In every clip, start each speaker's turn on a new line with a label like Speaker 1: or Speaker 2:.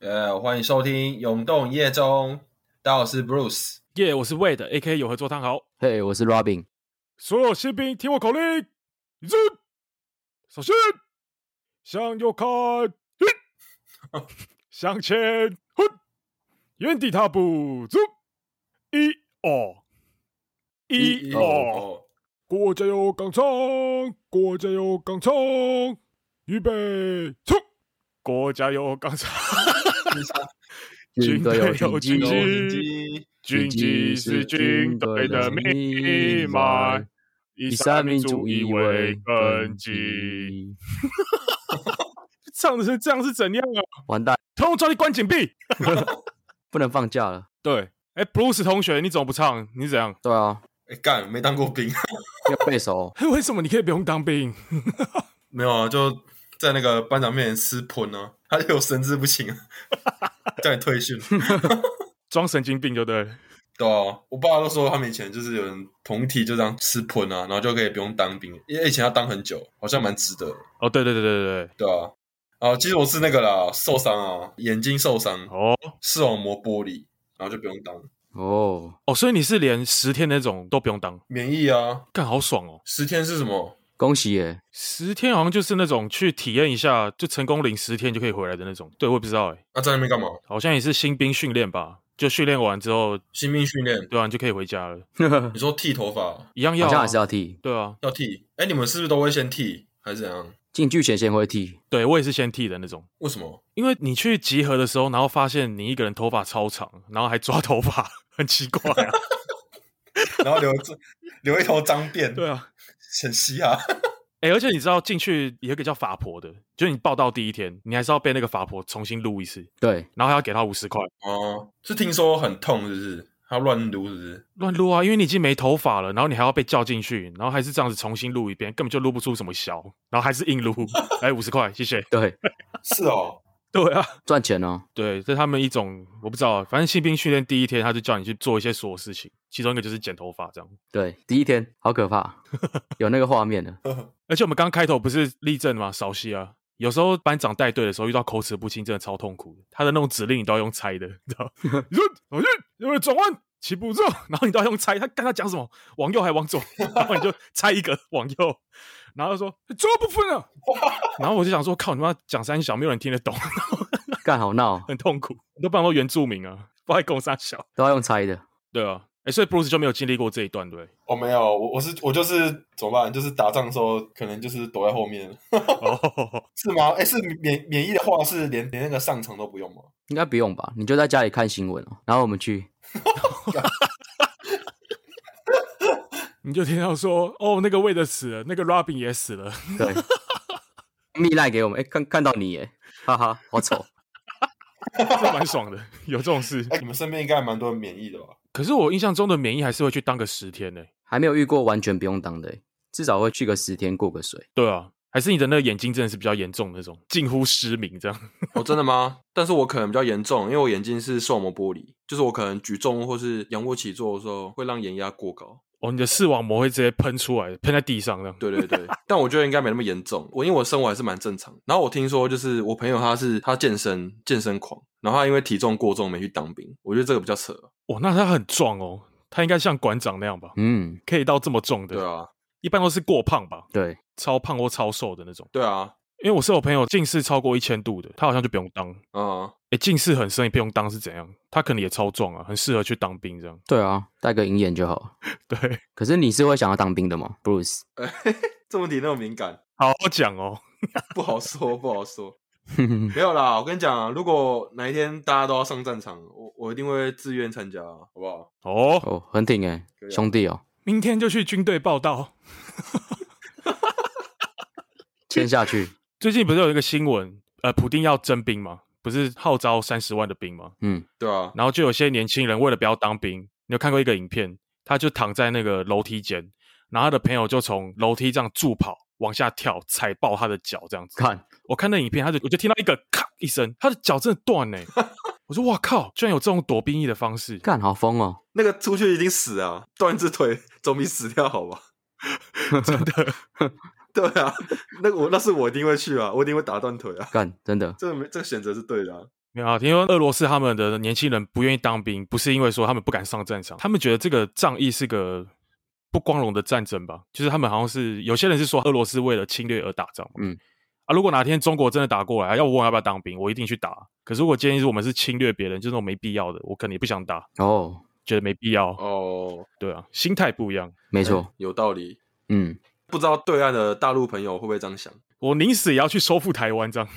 Speaker 1: 呃，欢迎收听《永动夜中》，大家好，我是 Bruce。
Speaker 2: 耶我是 Wade，A K 有合作汤豪。
Speaker 3: 嘿我是 Robin。
Speaker 2: 所有新兵听我口令，一致，首先向右看，嘿向前，嘿原地踏步，走，一哦，一哦，
Speaker 1: 哦，
Speaker 2: 国家有钢厂，国家有钢厂，预备，冲！国家有钢厂，
Speaker 3: 军队
Speaker 2: 军
Speaker 3: 有
Speaker 2: 队有
Speaker 3: 军
Speaker 2: 军
Speaker 3: 机，哦
Speaker 2: 机 军纪是军队的命脉，以
Speaker 3: 以
Speaker 2: 三
Speaker 3: 三
Speaker 2: 民
Speaker 3: 民
Speaker 2: 主
Speaker 3: 主
Speaker 2: 义
Speaker 3: 义
Speaker 2: 为
Speaker 3: 为
Speaker 2: 根
Speaker 3: 根
Speaker 2: 基。
Speaker 3: 基。
Speaker 2: 唱的是这样是怎样啊？
Speaker 3: 完蛋，
Speaker 2: 通通抓去关紧闭。
Speaker 3: 不能放假了。
Speaker 2: 对，哎，Bruce 同学，你怎么不唱？你怎样？
Speaker 3: 对啊，
Speaker 1: 哎干，没当过兵，
Speaker 3: 要背熟。
Speaker 2: 嘿为什么你可以不用当兵？
Speaker 1: 没有啊，就在那个班长面前吃喷啊，他就有神志不清，啊 叫你退训。
Speaker 2: 装神经病就对了。
Speaker 1: 对啊，我爸都说他们以前就是有人同体就这样吃喷啊，然后就可以不用当兵，因为以前要当很久，好像蛮值得的。
Speaker 2: 哦，对对对对对，
Speaker 1: 对啊，啊，其实我是那个啦，受伤啊，眼睛受伤，
Speaker 2: 哦
Speaker 1: 视网膜剥离，然后就不用当
Speaker 3: 哦，
Speaker 2: 哦，所以你是连十天那种都不用当，
Speaker 1: 免疫啊。
Speaker 2: 干好爽哦！
Speaker 1: 十天是什么？
Speaker 3: 恭喜 耶！
Speaker 2: 十天好像就是那种去体验一下，就成功领十天就可以回来的那种。对，我也不知道哎，
Speaker 1: 啊，在那边干嘛？
Speaker 2: 好像也是新兵训练吧，就训练完之后，
Speaker 1: 新兵训练？
Speaker 2: 对啊，你就可以回家了，
Speaker 3: 好
Speaker 1: 你说剃头发哦
Speaker 2: 一样要、啊，
Speaker 3: 像还是要剃，
Speaker 2: 对啊，
Speaker 1: 要剃？哎，你们是不是都会先剃，还是怎样？
Speaker 3: 进去前先会剃。
Speaker 2: 对我也是先剃的那种。
Speaker 1: 为什么？
Speaker 2: 因为你去集合的时候，然后发现你一个人头发超长，然后还抓头发， 很奇怪啊。
Speaker 1: 然后留留一头脏辫，
Speaker 2: 对啊，
Speaker 1: 很嘻 哈。
Speaker 2: 哎、而且你知道进去有一个叫法婆的，就是你报到第一天，你还是要被那个法婆重新撸一次，
Speaker 3: 对，
Speaker 2: 然后还要给她五十块
Speaker 1: 哦，是听说很痛，是不是？他乱撸是不是？
Speaker 2: 乱撸啊，因为你已经没头发了，然后你还要被叫进去，然后还是这样子重新撸一遍，根本就撸不出什么小，然后还是硬撸，哎、五十块，谢谢。
Speaker 3: 对，
Speaker 1: 是哦，
Speaker 2: 对啊，
Speaker 3: 赚钱哦。
Speaker 2: 对，这是他们一种我不知道，啊反正新兵训练第一天他就叫你去做一些所有事情，其中一个就是剪头发这样。
Speaker 3: 对，第一天好 可怕，有那个画面的。
Speaker 2: 而且我们刚开头不是立正嘛，稍息啊。有时候班长带队的时候遇到口齿不清，真的超痛苦的。他的那种指令你都要用猜的，你知道？你说老师有没有转弯？起步之后，然后你都要用猜，他看他讲什么，往右还往左，然后你 就猜一个往右，然后他说左不分了，然后我就想说靠你妈讲三小，没有人听得懂，
Speaker 3: 干好闹，哦
Speaker 2: 很痛苦，你都不想说原住民啊，不爱共三小，
Speaker 3: 都要用猜的。
Speaker 2: 对啊，哎、所以 Bruce 就没有经历过这一段，对不对？
Speaker 1: 哦我、没有，我我是我就是怎么办？就是打仗的时候，可能就是躲在后面，
Speaker 2: 哦，
Speaker 1: 是吗？哎，是免免疫的话，是连连那个上场都不用吗？
Speaker 3: 应该不用吧？你就在家里看新闻哦，然后我们去。
Speaker 2: 你就听到说哦，那个魏德死了，那个 Robin 也死了，
Speaker 3: 对，密赖给我们，哎、看看到你耶，哈哈，好丑。
Speaker 2: 这蛮爽的，有这种事。
Speaker 1: 哎，你们身边应该蛮多人免疫的吧？
Speaker 2: 可是我印象中的免疫还是会去当个十天呢、
Speaker 3: 还没有遇过完全不用当的耶，至少会去个十天过个水。
Speaker 2: 对啊，还是你的那个眼睛真的是比较严重的那种，近乎失明这样。
Speaker 1: 哦，真的吗？ 但是我可能比较严重，因为我眼睛是视网膜剥离，就是我可能举重或是仰卧起坐的时候会让眼压过高。
Speaker 2: 哦，你的视网膜会直接喷出来，喷在地上这样。
Speaker 1: 对对对，但我觉得应该没那么严重。我因为我生活还是蛮正常。然后我听说，就是我朋友他是他健身健身狂，然后他因为体重过重没去当兵，我觉得这个比较扯。
Speaker 2: 哦，那他很壮哦，他应该像馆长那样吧？
Speaker 3: 嗯，
Speaker 2: 可以到这么重的，
Speaker 1: 对啊，
Speaker 2: 一般都是过胖吧，
Speaker 3: 对，
Speaker 2: 超胖或超瘦的那种。
Speaker 1: 对啊，
Speaker 2: 因为我是有朋友近视超过一千度的，他好像就不用当。
Speaker 1: 嗯，
Speaker 2: 诶，近视很深也不用当是怎样？他可能也超壮啊，很适合去当兵这样。
Speaker 3: 对啊，戴个银眼就好了。
Speaker 2: 对，
Speaker 3: 可是你是会想要当兵的吗，Bruce？
Speaker 1: 这问题那么敏感，
Speaker 2: 好好讲哦。
Speaker 1: 不好说，不好说。没有啦，我跟你讲啊，如果哪一天大家都要上战场，我我一定会自愿参加啊，好不好？
Speaker 2: 哦，
Speaker 3: 哦，很挺哎
Speaker 1: 可以，啊
Speaker 3: 兄弟哦，
Speaker 2: 明天就去军队报道。
Speaker 3: 签下去。
Speaker 2: 最近不是有一个新闻，呃，普丁要征兵吗？不是号召三十万的兵吗？
Speaker 3: 嗯，
Speaker 1: 对啊，
Speaker 2: 然后就有些年轻人为了不要当兵，你有看过一个影片，他就躺在那个楼梯间，然后他的朋友就从楼梯这样助跑往下跳，踩爆他的脚这样子。
Speaker 3: 看
Speaker 2: 我看那影片，他就我就听到一个咔一声，他的脚真的断呢、我说哇靠，居然有这种躲兵役的方式，
Speaker 3: 看好疯哦，
Speaker 1: 那个出去一定死啊，断一只腿总比死掉 好吧？真的，对啊，那个我那是我一定会去啊，我一定会打断腿啊。
Speaker 3: 干，真的，
Speaker 1: 这个没这个选择是对的、啊，
Speaker 2: 没有啊，听说俄罗斯他们的年轻人不愿意当兵，不是因为说他们不敢上战场，他们觉得这个仗义是个不光荣的战争吧？就是他们好像是有些人是说俄罗斯为了侵略而打仗，
Speaker 3: 嗯
Speaker 2: 嗯啊，如果哪天中国真的打过来，啊要问我要不要当兵，我一定去打。可是如果今天是我们是侵略别人，就是那种没必要的，我可能也不想打，
Speaker 3: 哦，
Speaker 2: 觉得没必要。
Speaker 1: 哦，
Speaker 2: 对啊，心态不一样，
Speaker 3: 没
Speaker 1: 没
Speaker 3: 错，
Speaker 1: 有道理。
Speaker 3: 嗯，
Speaker 1: 不知道对岸的大陆朋友会不会这样想？
Speaker 2: 我宁死也要去收复台湾，这样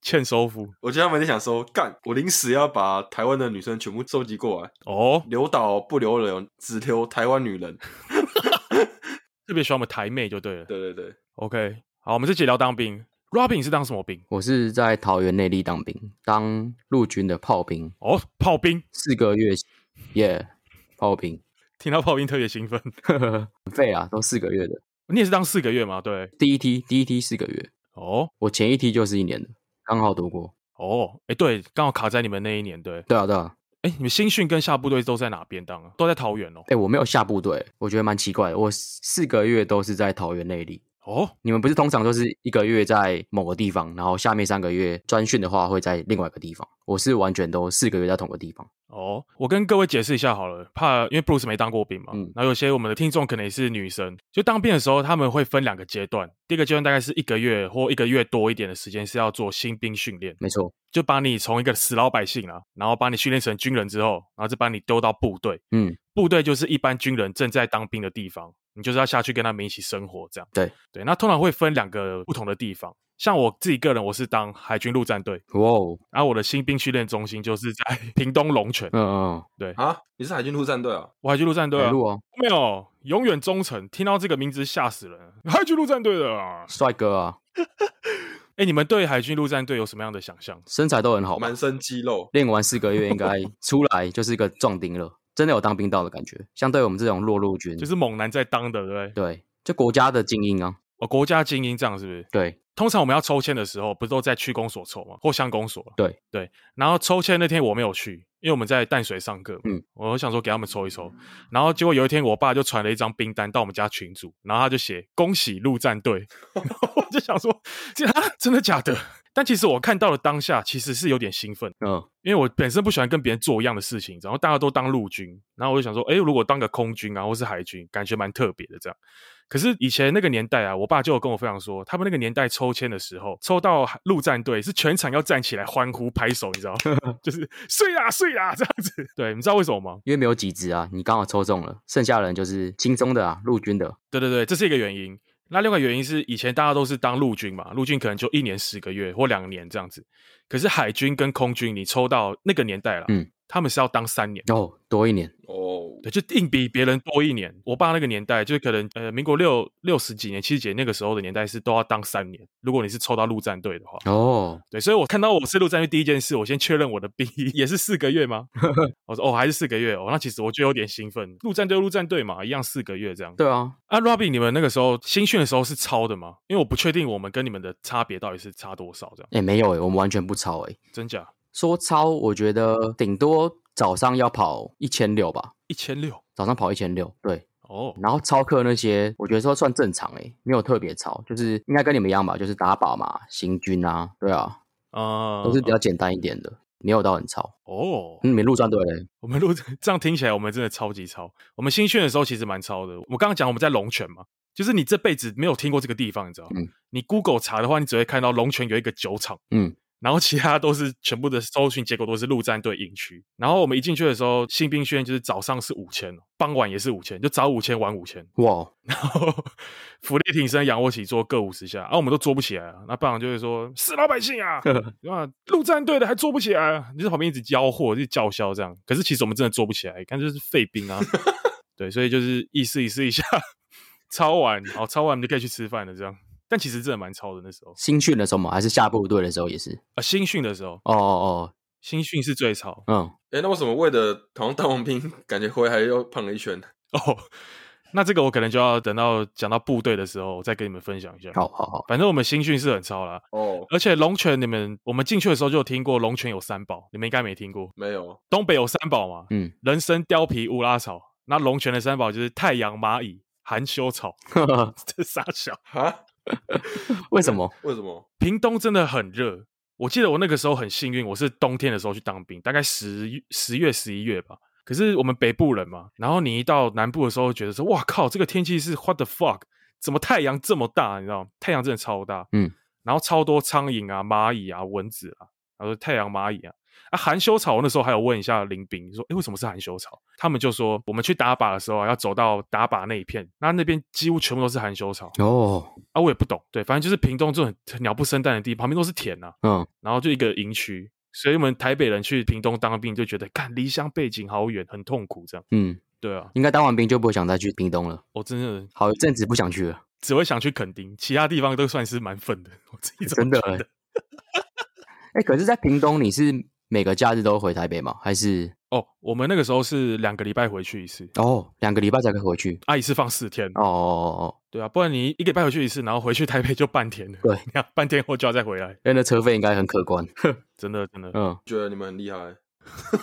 Speaker 2: 欠收复
Speaker 1: 我觉得他们在想说，干，我临时要把台湾的女生全部收集过来，
Speaker 2: 哦。
Speaker 1: 留岛不留人，只留台湾女人。
Speaker 2: 特别喜欢我们台妹就对了。
Speaker 1: 对对对，
Speaker 2: OK，好，我们这集聊当兵。Robin 你是当什么兵？
Speaker 3: 我是在桃园内地当兵，当陆军的炮兵，
Speaker 2: 哦，炮兵。
Speaker 3: 四个月，耶、炮兵，
Speaker 2: 听到炮音特别兴奋。
Speaker 3: 很废啊，都四个月的，
Speaker 2: 你也是当四个月嘛？对，
Speaker 3: 第一梯，第一梯四个月，
Speaker 2: 哦
Speaker 3: 我前一梯就是一年的，刚好躲过，
Speaker 2: 哦，哎，对，刚好卡在你们那一年，对。
Speaker 3: 对啊，对啊，
Speaker 2: 哎，你们新训跟下部队都在哪边当啊？都在桃园哦。
Speaker 3: 哎、我没有下部队，我觉得蛮奇怪的，我四个月都是在桃园内地。
Speaker 2: 哦，
Speaker 3: 你们不是通常都是一个月在某个地方，然后下面三个月专训的话会在另外一个地方。我是完全都四个月在同个地方。
Speaker 2: 哦，我跟各位解释一下好了，怕因为 Bruce 没当过兵嘛，
Speaker 3: 嗯
Speaker 2: 然后有些我们的听众可能也是女生，就当兵的时候他们会分两个阶段，第一个阶段大概是一个月或一个月多一点的时间是要做新兵训练，
Speaker 3: 没错，
Speaker 2: 就把你从一个死老百姓啊，然后把你训练成军人之后，然后再把你丢到部队，
Speaker 3: 嗯，
Speaker 2: 部队就是一般军人正在当兵的地方，你就是要下去跟他们一起生活这样。
Speaker 3: 对
Speaker 2: 对，那通常会分两个不同的地方，像我自己个人，我是当海军陆战队，
Speaker 3: 哇哦，
Speaker 2: 然后我的新兵训练中心就是在 屏东龙泉，
Speaker 3: 嗯嗯，
Speaker 1: 啊，你是海军陆战队啊？
Speaker 2: 我海军陆战队
Speaker 3: 海
Speaker 2: 啊，
Speaker 3: 陆哦，
Speaker 2: 没有永远忠诚，听到这个名字吓死人， 海军陆战队的啊。
Speaker 3: 帅哥啊，
Speaker 2: 哎，你们对海军陆战队有什么样的想象？
Speaker 3: 身材都很好吧，
Speaker 1: 满身肌肉，
Speaker 3: 练完四个月应该出来就是一个壮丁了，真的有当兵到的感觉。相对我们这种弱陆军，
Speaker 2: 就是猛男在当的，对不对？
Speaker 3: 对，就国家的精英啊，
Speaker 2: 哦，国家精英这样是不是？
Speaker 3: 对，
Speaker 2: 通常我们要抽签的时候，不是都在区公所抽吗？或乡公所？
Speaker 3: 对
Speaker 2: 对。然后抽签那天我没有去，因为我们在淡水上课。
Speaker 3: 嗯
Speaker 2: 嗯，我想说给他们抽一抽。然后结果有一天，我爸就传了一张兵单到我们家群组，然后他就写“恭喜陆战队”， 然后我就想说，这啊，真的假的？但其实我看到了当下，其实是有点兴奋，
Speaker 3: 嗯，
Speaker 2: 因为我本身不喜欢跟别人做一样的事情，然后大家都当陆军，然后我就想说，哎，如果当个空军啊，或是海军，感觉蛮特别的这样。可是以前那个年代啊，我爸就有跟我分享说，他们那个年代抽签的时候，抽到陆战队是全场要站起来欢呼拍手，你知道吗？ 就是睡啦睡啦这样子。对，你知道为什么吗？
Speaker 3: 因为没有几职啊，你刚好抽中了，剩下的人就是轻松的啊，陆军的，
Speaker 2: 对对对，这是一个原因。那另外一个原因是，以前大家都是当陆军嘛，陆军可能就一年十个月或两年这样子。可是海军跟空军，你抽到那个年代了，
Speaker 3: 嗯
Speaker 2: 他们是要当三年。
Speaker 3: 哦，多一年，
Speaker 1: 哦，
Speaker 2: 对，就硬比别人多一年。我爸那个年代，就是可能呃，民国六六十几年、七十几年那个时候的年代是都要当三年。如果你是抽到陆战队的话，
Speaker 3: 哦，
Speaker 2: 对，所以我看到我是陆战队第一件事，我先确认我的兵役 也是四个月 吗？我说哦，还是四个月哦。那其实我就有点兴奋，陆战队陆战队嘛，一样四个月这样。
Speaker 3: 对啊，
Speaker 2: 啊，Robin，你们那个时候新训的时候是超的吗？因为我不确定我们跟你们的差别到底是差多少，这样
Speaker 3: 哎、没有哎、我们完全不超哎、
Speaker 2: 真假？
Speaker 3: 说超，我觉得顶多早上要跑一千六吧，
Speaker 2: 一千六
Speaker 3: 早上跑一千六，对。
Speaker 2: 哦，
Speaker 3: 然后超课那些，我觉得说算正常诶、没有特别超，就是应该跟你们一样吧，就是打靶嘛、行军啊，对啊，
Speaker 2: 呃，
Speaker 3: 都是比较简单一点的，没有到很超。
Speaker 2: 哦，
Speaker 3: 嗯，你们陆战队嘞，
Speaker 2: 我们录这 样听起来，我们真的超级超。我们新训的时候其实蛮超的。我刚刚讲我们在龙泉嘛，就是你这辈子没有听过这个地方，你知道？
Speaker 3: 嗯
Speaker 2: 吗？你 Google 查的话，你只会看到龙泉有一个酒厂，
Speaker 3: 嗯，
Speaker 2: 然后其他都是全部的搜寻结果都是陆战队营区。然后我们一进去的时候，新兵训练就是早上是五千，哦傍晚也是五千，就早五千晚五千，
Speaker 3: 哇，
Speaker 2: 然后俯卧挺身、仰卧起坐各五十下，啊，我们都做不起来啊。那班长就会说：“死老百姓啊！”啊，陆战队的还做不起来、啊，你就在旁边一直吆喝，就叫嚣这样。可是其实我们真的做不起来，看就是废兵啊。对，所以就是意思意思一下， 抄完，好，抄完我们就可以去吃饭了这样。但其实真的蛮超的那时候，
Speaker 3: 新训的时候嘛，还是下部队的时候也是。
Speaker 2: 啊，新训的时候，
Speaker 3: 哦哦
Speaker 2: 新训是最超
Speaker 3: 哦，嗯，
Speaker 1: 哎、那为什么为了好像当完兵，感觉回来又胖了一圈？
Speaker 2: 哦。那这个我可能就要等到讲到部队的时候再跟你们分享一下。
Speaker 3: 好，好 好，
Speaker 2: 反正我们新训是很超啦，
Speaker 1: 哦，
Speaker 2: 而且龙泉你们我们进去的时候就有听过龙泉有三宝，你们应该没听过。
Speaker 1: 没有，啊
Speaker 2: 东北有三宝嘛，
Speaker 3: 嗯，
Speaker 2: 人参、貂皮、乌拉草。那龙泉的三宝就是太阳蚂蚁、含羞草， 这傻小。
Speaker 1: 哈，
Speaker 3: 为什么？
Speaker 1: 为什么？
Speaker 2: 屏东真的很热，我记得我那个时候很幸运，我是冬天的时候去当兵，大概十十月十一月吧。可是我们北部人嘛，然后你一到南部的时候，觉得说哇靠，这个天气是 what the fuck，怎么太阳这么大？你知道吗？太阳真的超大，
Speaker 3: 嗯，
Speaker 2: 然后超多苍蝇啊、蚂蚁啊、蚊子啊，然后太阳蚂蚁啊。啊，含羞草，我那时候还有问一下林兵，说，哎，为什么是含羞草？他们就说，我们去打靶的时候啊，要走到打靶那一片，那那边几乎全部都是含羞草。
Speaker 3: 哦，
Speaker 2: 啊，我也不懂，对，反正就是屏东这种很鸟不生蛋的地，旁边都是田呐、
Speaker 3: 嗯，
Speaker 2: 然后就一个营区，所以我们台北人去屏东当兵就觉得，看离乡背景好远，很痛苦这样。
Speaker 3: 嗯，
Speaker 2: 对啊，
Speaker 3: 应该当完兵就不会想再去屏东了，
Speaker 2: 我真的
Speaker 3: 好一阵子不想去了。
Speaker 2: 只会想去垦丁，其他地方都算是蛮粉的，我自己这么
Speaker 3: 真的
Speaker 2: 觉
Speaker 3: 欸
Speaker 2: 得。
Speaker 3: 哎、可是，在屏东你是每个假日都回台北吗？还是
Speaker 2: 哦，我们那个时候是两个礼拜回去一次，
Speaker 3: 哦，两个礼拜才可以回去？
Speaker 2: 啊，一次放四天，
Speaker 3: 哦哦哦哦，
Speaker 2: 对啊，不然你一个礼拜回去一次，然后回去台北就半天了，
Speaker 3: 对
Speaker 2: 你要半天后就要再回来，
Speaker 3: 因为哎那车费应该很可观。
Speaker 2: 真的真的。
Speaker 3: 嗯，
Speaker 1: 觉得你们很厉害。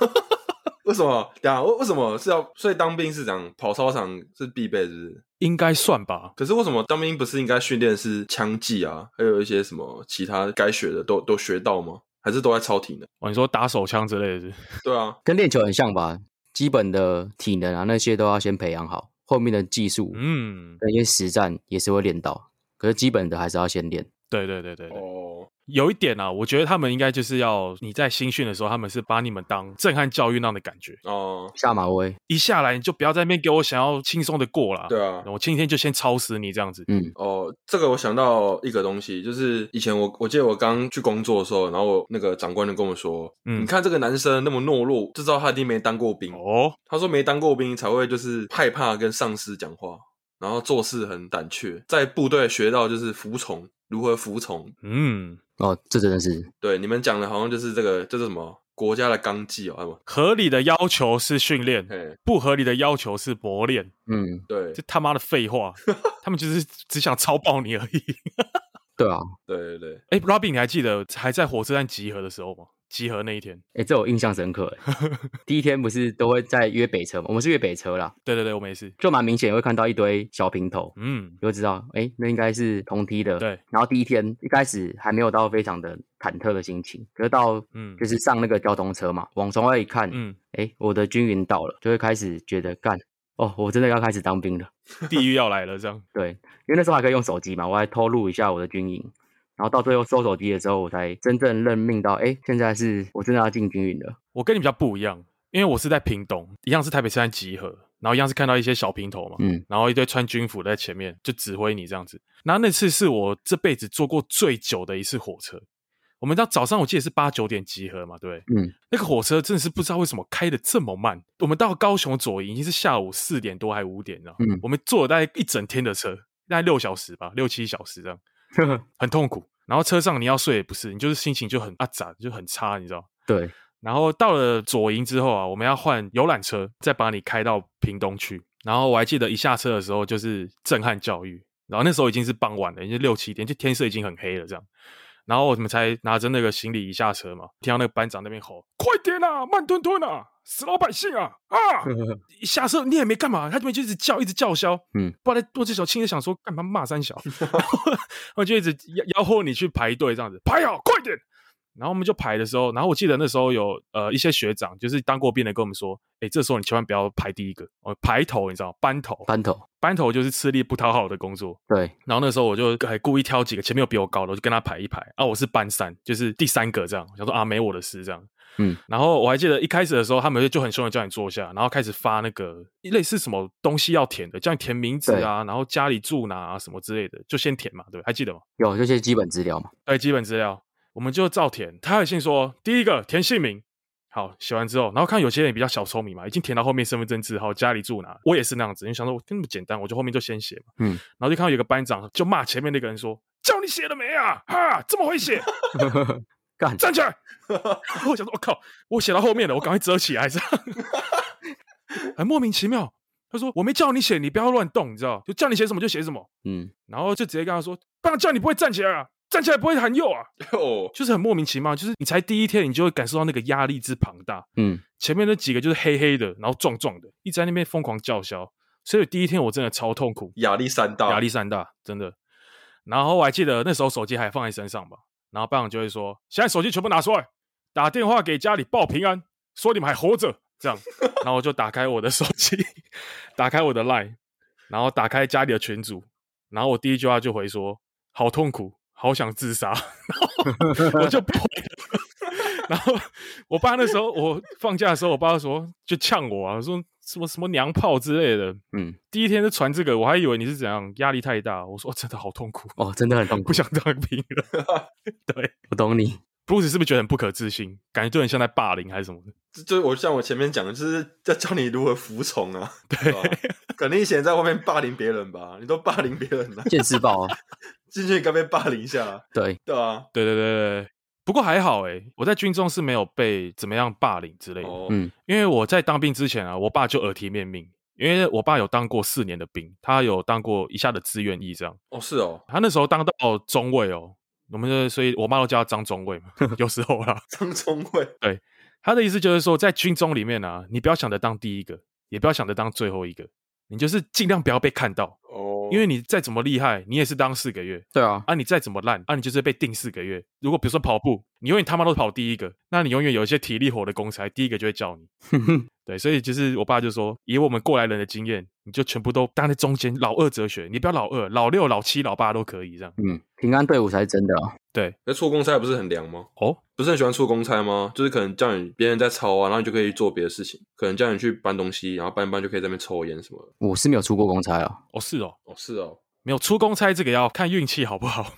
Speaker 1: 为什么？等一下为为什么是要？所以当兵是这样，跑操场是必备，是不是？
Speaker 2: 应该算吧，
Speaker 1: 可是为什么当兵不是应该训练是枪技啊，还有一些什么其他该学的都都学到吗？还是都在操体能？
Speaker 2: 哦，你说打手枪之类的是，
Speaker 1: 对啊，
Speaker 3: 跟练球很像吧？基本的体能啊那些都要先培养好，后面的技术
Speaker 2: 嗯，
Speaker 3: 跟一些实战也是会练到，可是基本的还是要先练。
Speaker 2: 对对对对对，
Speaker 1: 哦，
Speaker 2: 有一点啊，我觉得他们应该就是要你在新训的时候，他们是把你们当震撼教育那样的感觉，
Speaker 1: 哦，
Speaker 3: 下马威，
Speaker 2: 一下来你就不要在那边给我想要轻松的过啦。
Speaker 1: 对啊，
Speaker 2: 我今天就先抄死你这样子。
Speaker 3: 嗯，
Speaker 1: 哦，这个我想到一个东西，就是以前我我记得我刚去工作的时候，然后我那个长官就跟我说，
Speaker 2: 嗯
Speaker 1: 你看这个男生那么懦弱，就知道他一定没当过兵。
Speaker 2: 哦，
Speaker 1: 他说没当过兵才会就是害怕跟上司讲话，然后做事很胆怯，在部队学到就是服从如何服从。
Speaker 2: 嗯，
Speaker 3: 哦，这真的是
Speaker 1: 对，你们讲的好像就是这个，这是什么国家的纲纪哦，哎不
Speaker 2: 合理的要求是训练，
Speaker 1: 嘿，
Speaker 2: 不合理的要求是磨练，
Speaker 3: 嗯，
Speaker 1: 对
Speaker 2: 这他妈的废话，他们就是只想抄爆你而已。
Speaker 3: 对啊，
Speaker 1: 对对 对，
Speaker 2: 哎，Robin，你还记得还在火车站集合的时候吗？集合那一天，
Speaker 3: 哎、这我印象深刻欸。第一天不是都会在约北车吗？我们是约北车啦，
Speaker 2: 对对对，我没事。
Speaker 3: 就蛮明显会看到一堆小平头，
Speaker 2: 嗯，
Speaker 3: 你就知道，哎、那应该是同梯的。
Speaker 2: 对，
Speaker 3: 然后第一天一开始还没有到非常的忐忑的心情，可是到
Speaker 2: 嗯
Speaker 3: 就是上那个交通车嘛，往窗外一看，哎、
Speaker 2: 嗯，
Speaker 3: 我的军营到了，就会开始觉得干，哦，我真的要开始当兵了。
Speaker 2: 地狱要来了，这样。
Speaker 3: 对，因为那时候还可以用手机嘛，我还偷录一下我的军营，然后到最后收手机的时候，我才真正认命到，哎，现在是我真的要进军营了。
Speaker 2: 我跟你比较不一样，因为我是在屏东，一样是台北车站集合，然后一样是看到一些小平头嘛，
Speaker 3: 嗯，
Speaker 2: 然后一堆穿军服的在前面就指挥你这样子。然后那次是我这辈子坐过最久的一次火车。我们到早上我记得是八九点集合嘛，对不对？
Speaker 3: 嗯，
Speaker 2: 那个火车真的是不知道为什么开的这么慢。我们到高雄左营已经是下午四点多还五点，你知道吗
Speaker 3: 嗯
Speaker 2: 我们坐了大概一整天的车，大概六小时吧，六七小时这样。很痛苦。然后车上你要睡也不是，你就是心情就很啊咋，就很差，你知道。
Speaker 3: 对，
Speaker 2: 然后到了左营之后啊，我们要换游览车，再把你开到屏东去。然后我还记得一下车的时候就是震撼教育，然后那时候已经是傍晚了，已经六七点，就天色已经很黑了这样。然后我们才拿着那个行李一下车嘛，听到那个班长那边吼：“快点啊，慢吞吞啊，死老百姓啊啊！”一下车你也没干嘛，他这边就一直叫，一直叫嚣，
Speaker 3: 嗯，
Speaker 2: 不然多这手轻着想说干嘛骂三小，然后我就一直吆吆喝你去排队这样子，排好快点。然后我们就排的时候，然后我记得那时候有呃一些学长就是当过兵的跟我们说，哎，这时候你千万不要排第一个，哦，排头你知道，班头，
Speaker 3: 班头，
Speaker 2: 班头就是吃力不讨好的工作。
Speaker 3: 对，
Speaker 2: 然后那时候我就还故意挑几个前面有比我高的，我就跟他排一排啊，我是班三，就是第三个这样，我想说啊没我的事这样。
Speaker 3: 嗯，
Speaker 2: 然后我还记得一开始的时候，他们就很凶的叫你坐下，然后开始发那个类似什么东西要填的，叫你填名字啊，然后家里住哪啊什么之类的，就先填嘛，对不对？还记得吗？
Speaker 3: 有这些基本资料 嘛，
Speaker 2: 对，基本资料我们就照填。他有先说第一个填姓名，好，写完之后，然后看有些人比较小聪明嘛，已经填到后面身份证字号、家里住哪，我也是那样子，因为想说我那么简单，我就后面就先写嘛。
Speaker 3: 嗯，
Speaker 2: 然后就看到有个班长就骂前面那个人说：“叫你写了没啊？啊，这么会写，
Speaker 3: 干，
Speaker 2: 站起来！”我想说，我、靠，我写到后面了，我赶快折起来，这样 很莫名其妙。他说：“我没叫你写，你不要乱动，你知道？就叫你写什么就写什么。”
Speaker 3: 嗯，
Speaker 2: 然后就直接跟他说：“班长叫你不会站起来啊，站起来不会喊右啊。”
Speaker 1: 哦，
Speaker 2: 就是很莫名其妙，就是你才第一天，你就会感受到那个压力之庞大。
Speaker 3: 嗯，
Speaker 2: 前面那几个就是黑黑的，然后壮壮的，一直在那边疯狂叫嚣。所以第一天我真的超痛苦，
Speaker 1: 压力山大，
Speaker 2: 压力山大，真的。然后我还记得那时候手机还放在身上吧，然后班长就会说：“现在手机全部拿出来，打电话给家里报平安，说你们还活着。”这样，然后我就打开我的手机， 打开我的 LINE，然后打开家里的群组，然后我第一句话就回说：“好痛苦，好想自杀。” 然后我就不回了。 然后我爸那时候我放假的时候，我爸说就呛我啊，说什么什么娘炮之类的。
Speaker 3: 嗯，
Speaker 2: 第一天就传这个，我还以为你是怎样压力太大。我说、哦真的好痛苦，
Speaker 3: 哦，真的很痛苦
Speaker 2: 不，想当兵了。对
Speaker 3: 我懂你。
Speaker 2: ，Bruce 是不是觉得很不可置信？感觉就很像在霸凌还是什么的？
Speaker 1: 这就我像我前面讲的，就是在教你如何服从啊，对吧？可能以前在外面霸凌别人吧，你都霸凌别人了、
Speaker 3: 见识报，
Speaker 1: 进去该被霸凌一下，
Speaker 3: 对，
Speaker 1: 对啊，
Speaker 2: 对对对对。不过还好诶、欸我在军中是没有被怎么样霸凌之类的，
Speaker 1: 哦，
Speaker 3: 嗯
Speaker 2: 因为我在当兵之前啊，我爸就耳提面命，因为我爸有当过四年的兵，他有当过一下的志愿役这样。
Speaker 1: 哦是哦，
Speaker 2: 他那时候当到中尉哦，我们就所以我妈都叫他张中尉嘛， 有时候啦。
Speaker 1: 张聪慧
Speaker 2: 他的意思就是说，在军中里面啊，你不要想着当第一个，也不要想着当最后一个，你就是尽量不要被看到，
Speaker 1: 哦，
Speaker 2: 因为你再怎么厉害，你也是当四个月
Speaker 3: 对啊，
Speaker 2: 啊，你再怎么烂啊，你就是被定四个月。如果比如说跑步，你永远他妈都跑第一个，那你永远有一些体力活的公差，第一个就会叫你。对，所以就是我爸就说，以我们过来人的经验，你就全部都当在中间，老二哲学，你不要老二，老六、老七、老八都可以这样。
Speaker 3: 嗯，平安队伍才是真的啊。
Speaker 2: 对，
Speaker 1: 那出公差不是很凉吗？
Speaker 2: 哦，
Speaker 1: 不是很喜欢出公差吗？就是可能叫你别人在操啊，然后你就可以做别的事情，可能叫你去搬东西，然后搬一搬就可以在那边抽烟什么的。
Speaker 3: 我是没有出过公差啊，
Speaker 2: 哦是哦，
Speaker 1: 哦，是哦，
Speaker 2: 没有出公差这个要看运气好不好。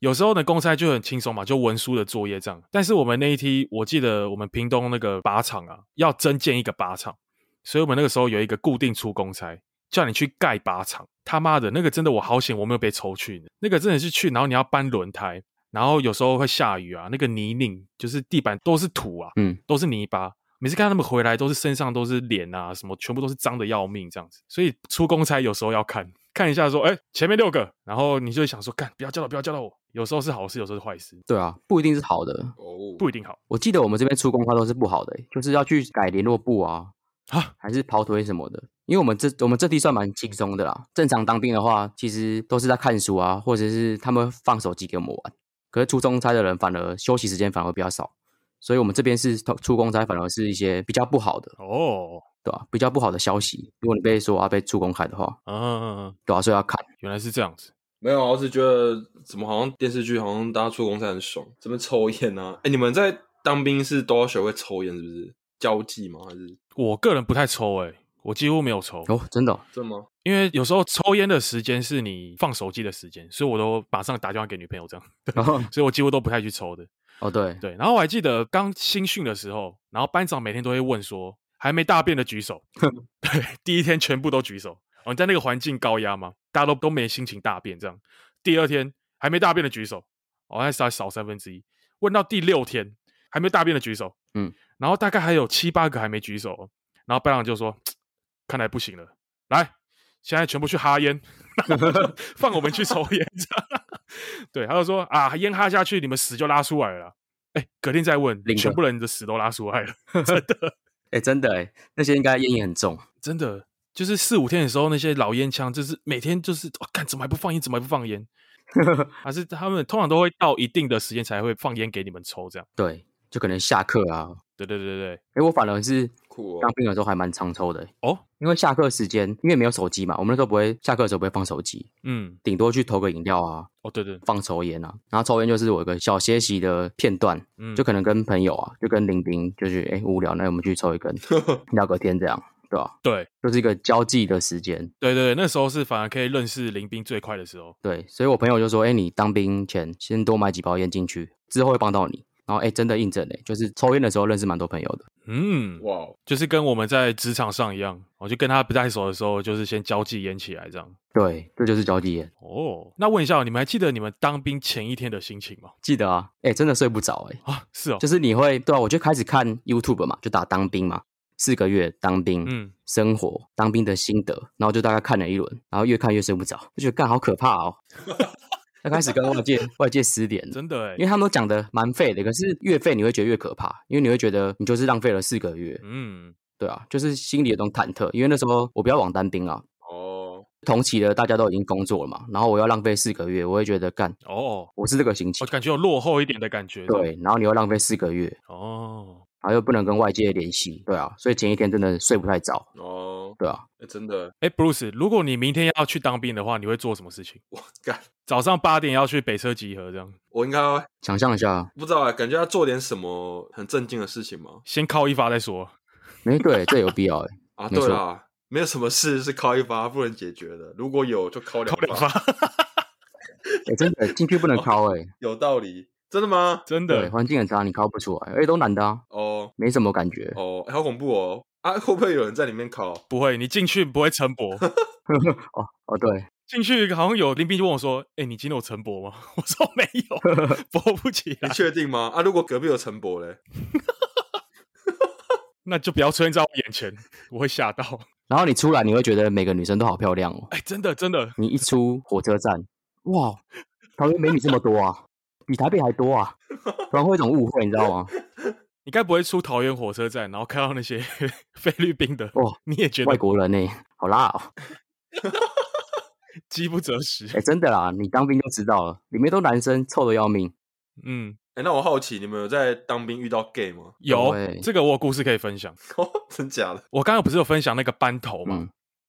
Speaker 2: 有时候呢，公差就很轻松嘛，就文书的作业这样。但是我们那一梯，我记得我们屏东那个靶场啊，要增建一个靶场，所以我们那个时候有一个固定出公差，叫你去盖靶场。他妈的那个真的我好险，我没有被抽去。那个真的是去，然后你要搬轮胎，然后有时候会下雨啊，那个泥泞就是地板都是土啊，
Speaker 3: 嗯，
Speaker 2: 都是泥巴。每次看到他们回来，都是身上都是脸啊，什么全部都是脏的要命这样子。所以出公差有时候要看看一下说，哎，前面六个，然后你就会想说，干，不要叫到，不要叫到我。有时候是好事，有时候是坏事，
Speaker 3: 对啊，不一定是好的。
Speaker 1: 哦，
Speaker 2: 不一定好
Speaker 3: 我记得我们这边出公差都是不好的欸、就是要去改联络部啊，
Speaker 2: 啊。
Speaker 3: 还是跑腿什么的。因为我们这我们这地算蛮轻松的啦。正常当兵的话，其实都是在看书啊，或者是他们放手机给我们玩。可是出公差的人反而休息时间反而比较少，所以我们这边是出公差反而是一些比较不好的，
Speaker 2: 哦，
Speaker 3: 对吧、比较不好的消息。如果你被说啊被出公开的话，
Speaker 2: 嗯，
Speaker 3: 对啊，所以要看。
Speaker 2: 原来是这样子。
Speaker 1: 没有啊，我只觉得怎么好像电视剧好像大家出公差很爽，这边抽烟啊。哎，你们在当兵是都要学会抽烟是不是？交际吗？还是
Speaker 2: 我个人不太抽、欸，我几乎没有抽，
Speaker 3: 哦，真的哦、
Speaker 1: 这吗？
Speaker 2: 因为有时候抽烟的时间是你放手机的时间，所以我都马上打电话给女朋友这样，
Speaker 3: 然后
Speaker 2: 所以我几乎都不太去抽的。
Speaker 3: 哦，对，
Speaker 2: 对，然后我还记得刚新训的时候，然后班长每天都会问说，还没大便的举手。对，第一天全部都举手。哦，你在那个环境高压嘛，大家都都没心情大便，这样。第二天还没大便的举手，哦，还少少三分之一。问到第六天还没大便的举手，
Speaker 3: 嗯，
Speaker 2: 然后大概还有七八个还没举手哦，然后班长就说，看来不行了，来，现在全部去哈烟，然后 就放我们去抽烟，这样。对，他就说啊，烟哈下去，你们屎就拉出来了啦。哎，隔天再问，
Speaker 3: 领
Speaker 2: 全
Speaker 3: 的
Speaker 2: 部人的屎都拉出来了。
Speaker 3: 哎、真的哎、那些应该烟瘾很重。
Speaker 2: 真的就是四五天的时候，那些老烟枪就是每天就是，哦，干怎么还不放烟？怎么还不放 烟？还是他们通常都会到一定的时间才会放烟给你们抽，这样。
Speaker 3: 对，就可能下课啊。
Speaker 2: 对对对对，
Speaker 3: 哎，我反而是
Speaker 1: 酷
Speaker 3: 当
Speaker 1: 哦，
Speaker 3: 兵的时候还蛮常抽的欸，
Speaker 2: 哦，
Speaker 3: 因为下课时间因为没有手机嘛，我们那时候不会下课的时候不会放手机，
Speaker 2: 嗯，
Speaker 3: 顶多去投个饮料啊，
Speaker 2: 哦，对对，
Speaker 3: 放抽烟啊。然后抽烟就是我一个小歇息的片段，
Speaker 2: 嗯，
Speaker 3: 就可能跟朋友啊，就跟林斌，就是哎无聊，那我们去抽一根聊个天这样，对吧、
Speaker 2: 对
Speaker 3: 就是一个交际的时间。
Speaker 2: 对对，那时候是反而可以认识林兵最快的时候。
Speaker 3: 对，所以我朋友就说，哎，你当兵前先多买几包烟进去，之后会帮到你。然后哎，真的印证嘞，就是抽烟的时候认识蛮多朋友的。
Speaker 2: 嗯，
Speaker 1: 哇哦，
Speaker 2: 就是跟我们在职场上一样，我就跟他不太熟的时候，就是先交际烟起来这样。
Speaker 3: 对，这就是交际烟。
Speaker 2: 哦，那问一下，你们还记得你们当兵前一天的心情吗？
Speaker 3: 记得啊，哎，真的睡不着哎、
Speaker 2: 啊，是哦，
Speaker 3: 就是你会对啊，我就开始看 YouTube 嘛，就打当兵嘛，四个月当兵，
Speaker 2: 嗯，
Speaker 3: 生活当 兵的心得，然后就大概看了一轮，然后越看越睡不着，就觉得干好可怕哦。要开始跟外界外界失联了。
Speaker 2: 真的哎、
Speaker 3: 因为他们都讲的蛮废的，可是越废你会觉得越可怕，因为你会觉得你就是浪费了四个月，
Speaker 2: 嗯，
Speaker 3: 对啊，就是心里有种忐忑，因为那时候我不要往单兵啊，
Speaker 1: 哦，
Speaker 3: 同期的大家都已经工作了嘛，然后我要浪费四个月，我会觉得干，
Speaker 2: 哦，
Speaker 3: 我是这个心情
Speaker 2: 我，感觉有落后一点的感觉。，
Speaker 3: 对，然后你又浪费四个月，
Speaker 2: 哦，
Speaker 3: 然后又不能跟外界联系，对啊，所以前一天真的睡不太着，
Speaker 1: 哦，
Speaker 3: 对啊，
Speaker 1: 欸、真的，
Speaker 2: 哎，Bruce，如果你明天要去当兵的话，你会做什么事情？
Speaker 1: 我 干，
Speaker 2: 早上八点要去北车集合，这样
Speaker 1: 我应该
Speaker 3: 想象一下，
Speaker 1: 不知道啊，感觉要做点什么很震惊的事情吗？
Speaker 2: 先靠一发再说。
Speaker 3: 没对，这有必要哎、
Speaker 1: 啊，
Speaker 3: 没
Speaker 1: 对
Speaker 3: 错
Speaker 1: 啦，没有什么事是靠一发不能解决的，如果有就靠两
Speaker 2: 靠两
Speaker 1: 发，
Speaker 2: 发，
Speaker 3: 欸真的进去不能敲哎、
Speaker 1: 有道理，真的吗？
Speaker 2: 哦真
Speaker 3: 对，
Speaker 2: 的
Speaker 3: 环境很差，你敲不出来，而且都男的啊，
Speaker 1: 哦
Speaker 3: 没什么感觉，
Speaker 1: 哦、欸好恐怖哦！啊，会不会有人在里面考？
Speaker 2: 不会，你进去不会陈博。
Speaker 3: 哦哦对，
Speaker 2: 进去好像有林斌就问我说：“哎、你今天有陈博吗？” 我说：“没有，博不起
Speaker 1: 你
Speaker 2: 来。
Speaker 1: 确定吗？啊，如果隔壁有陈博嘞，”
Speaker 2: 那就不要出现在我眼前，我会吓到。
Speaker 3: 然后你出来你会觉得每个女生都好漂亮哦。
Speaker 2: 哎、真的真的，
Speaker 3: 你一出火车站，哇，桃园美女这么多啊，比台北还多啊，突然会有一种误会，你知道吗？
Speaker 2: 你该不会出桃园火车站，然后看到那些 菲律宾的，
Speaker 3: 哇
Speaker 2: 你也觉
Speaker 3: 哦外
Speaker 2: 得
Speaker 3: 国人呢、好辣哦！
Speaker 2: 饥不择食
Speaker 3: 哎、？真的啦，你当兵就知道了，里面都男生，臭的要命。
Speaker 2: 嗯，
Speaker 1: 哎、那我好奇，你们有在当兵遇到 gay 吗？
Speaker 2: 有
Speaker 3: 对
Speaker 2: 这个我有故事可以分享。
Speaker 1: 哦，真假的？
Speaker 2: 我刚刚不是有分享那个班头嘛？
Speaker 3: 嗯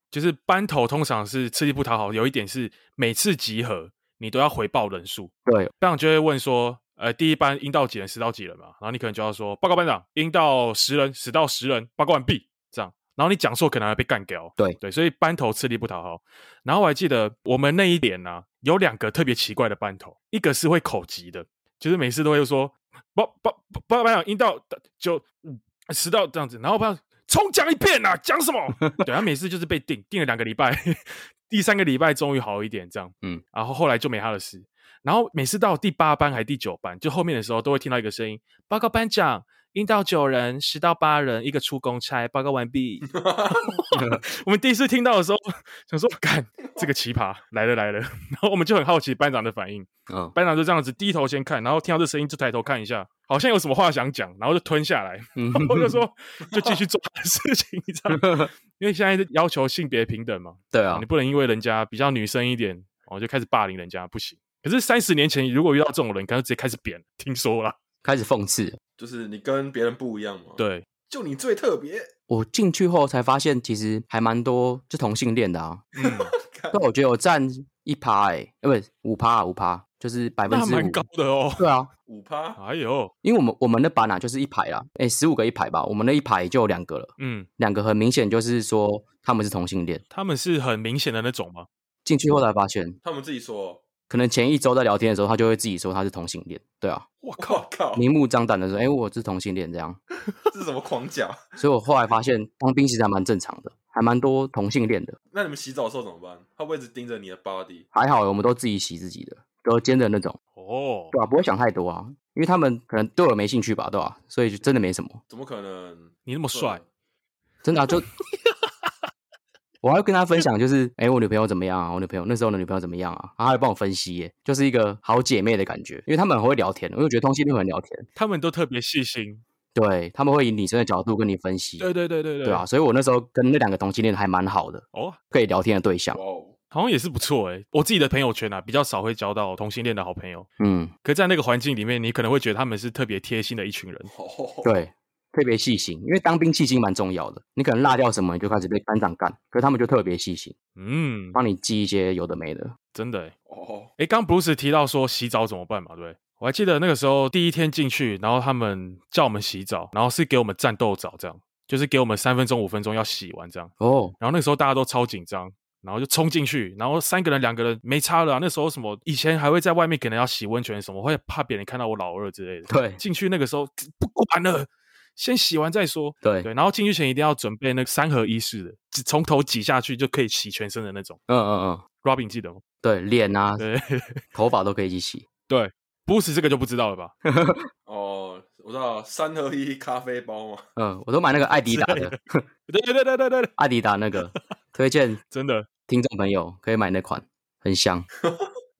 Speaker 2: 就是班头通常是吃力不讨好，有一点是每次集合你都要回报人数，
Speaker 3: 对，
Speaker 2: 班长就会问说，呃，第一班应到几人，十到几人嘛？然后你可能就要说，报告班长，应到十人，十到十人，报告完毕，这样。然后你讲错，可能还被干掉。
Speaker 3: 对
Speaker 2: 对，所以班头吃力不讨好。然后我还记得我们那一点呢、有两个特别奇怪的班头，一个是会口急的，就是每次都会说报报报告班长，应到九十到这样子，然后班长重讲一遍呐、啊，讲 什么？对他每次就是被定定了两个礼拜， 第三个礼拜终于好一点这样。
Speaker 3: 嗯，
Speaker 2: 然后后来就没他的事。然后每次到第八班还第九班，就后面的时候，都会听到一个声音：“报告班长，应到九人，十到八人，一个出公差，报告完毕。” 我们第一次听到的时候，想说：“干，这个奇葩来了来了！” 然后我们就很好奇班长的反应。
Speaker 3: 嗯，
Speaker 2: 班长就这样子低头先看，然后听到这声音就抬头看一下，好像有什么话想讲，然后就吞下来，
Speaker 3: 嗯
Speaker 2: 然后就说就继续做他的事情，你知道吗？因为现在要求性别平等嘛，
Speaker 3: 对
Speaker 2: 啊
Speaker 3: 啊
Speaker 2: 你，不能因为人家比较女生一点，哦就开始霸凌人家，不行。可是三十年前如果遇到这种人，可能直接开始扁，听说了。
Speaker 3: 开始讽刺。
Speaker 1: 就是你跟别人不一样嘛？，
Speaker 2: 对，
Speaker 1: 就你最特别。
Speaker 3: 我进去后才发现，其实还蛮多就同性恋的啊。
Speaker 2: 嗯，
Speaker 1: 看
Speaker 3: 但我觉得有占一趴哎、呃不是五趴五趴，就是百分
Speaker 2: 那
Speaker 3: 之
Speaker 2: 蛮
Speaker 3: 五
Speaker 2: 高。的哦。
Speaker 3: 对啊，
Speaker 1: 五趴，
Speaker 2: 哎呦，
Speaker 3: 因为我们我们的班啊就是一排啦，哎、十五个一排吧，我们那一排就有两个了，
Speaker 2: 嗯，
Speaker 3: 两个很明显就是说他们是同性恋。
Speaker 2: 他们是很明显的那种吗？
Speaker 3: 进去后才发现，
Speaker 1: 他们自己说。
Speaker 3: 可能前一周在聊天的时候，他就会自己说他是同性恋，对啊，
Speaker 1: 我靠靠！
Speaker 2: 哦
Speaker 3: 明目张胆的说，哎、我是同性恋这样。
Speaker 1: 这是什么狂讲？
Speaker 3: 所以我后来发现，当兵其实还蛮正常的，还蛮多同性恋的，
Speaker 1: 那你们洗澡的时候怎么办？他会不会一直盯着你的 body？
Speaker 3: 还好我们都自己洗自己的，隔间的那种，
Speaker 2: 哦，
Speaker 3: 对啊，不会想太多啊，因为他们可能对我没兴趣吧，对吧、所以就真的没什么，
Speaker 1: 怎么可能？
Speaker 2: 你那么帅，
Speaker 3: 真的、啊、就。我还会跟他分享，就是哎、我女朋友怎么样啊？我女朋友那时候的女朋友怎么样啊？然后她还帮我分析耶，就是一个好姐妹的感觉，因为他们很会聊天，我就觉得同性恋很会聊天，
Speaker 2: 他们都特别细心。
Speaker 3: 对他们会以女生的角度跟你分析，
Speaker 2: 对对对对对
Speaker 3: 对啊，！所以我那时候跟那两个同性恋还蛮好的，
Speaker 2: 哦，
Speaker 3: 可以聊天的对象
Speaker 1: 哇。哦！
Speaker 2: 好像也是不错诶。我自己的朋友圈啊，比较少会交到同性恋的好朋友。
Speaker 3: 嗯，
Speaker 2: 可在那个环境里面，你可能会觉得他们是特别贴心的一群人。
Speaker 3: 啊
Speaker 1: 哦
Speaker 3: 对，特别细心，因为当兵细心蛮重要的。你可能落掉什么，你就开始被班长干，可是他们就特别细心，
Speaker 2: 嗯，
Speaker 3: 帮你记一些有的没的。
Speaker 2: 真的诶。欸
Speaker 1: 哦，
Speaker 2: 诶，刚 Bruce 提到说洗澡怎么办嘛，对不对？我还记得那个时候第一天进去，然后他们叫我们洗澡，然后是给我们战斗澡，这样就是给我们三分钟、五分钟要洗完这样。
Speaker 3: 哦，
Speaker 2: 然后那个时候大家都超紧张，然后就冲进去，然后三个人、两个人没差了、啊。那时候什么以前还会在外面可能要洗温泉什么，会怕别人看到我老二之类的。
Speaker 3: 对
Speaker 2: 进去那个时候不管了，先洗完再说。
Speaker 3: 对，
Speaker 2: 对，然后进去前一定要准备那个三合一式的，只从头挤下去就可以洗全身的那种。
Speaker 3: 嗯嗯嗯，
Speaker 2: Robin 你记得吗？
Speaker 3: 对，脸啊，
Speaker 2: 对
Speaker 3: 头发都可以一起洗。
Speaker 2: 对，Bruce 这个就不知道了吧？
Speaker 1: 哦，我知道三合一咖啡包嘛，
Speaker 3: 嗯，我都买那个艾迪达
Speaker 2: 之类
Speaker 3: 的，
Speaker 2: 对对对对对对，
Speaker 3: 艾迪达那个，推荐
Speaker 2: 真的
Speaker 3: 听众朋友可以买那款，很香。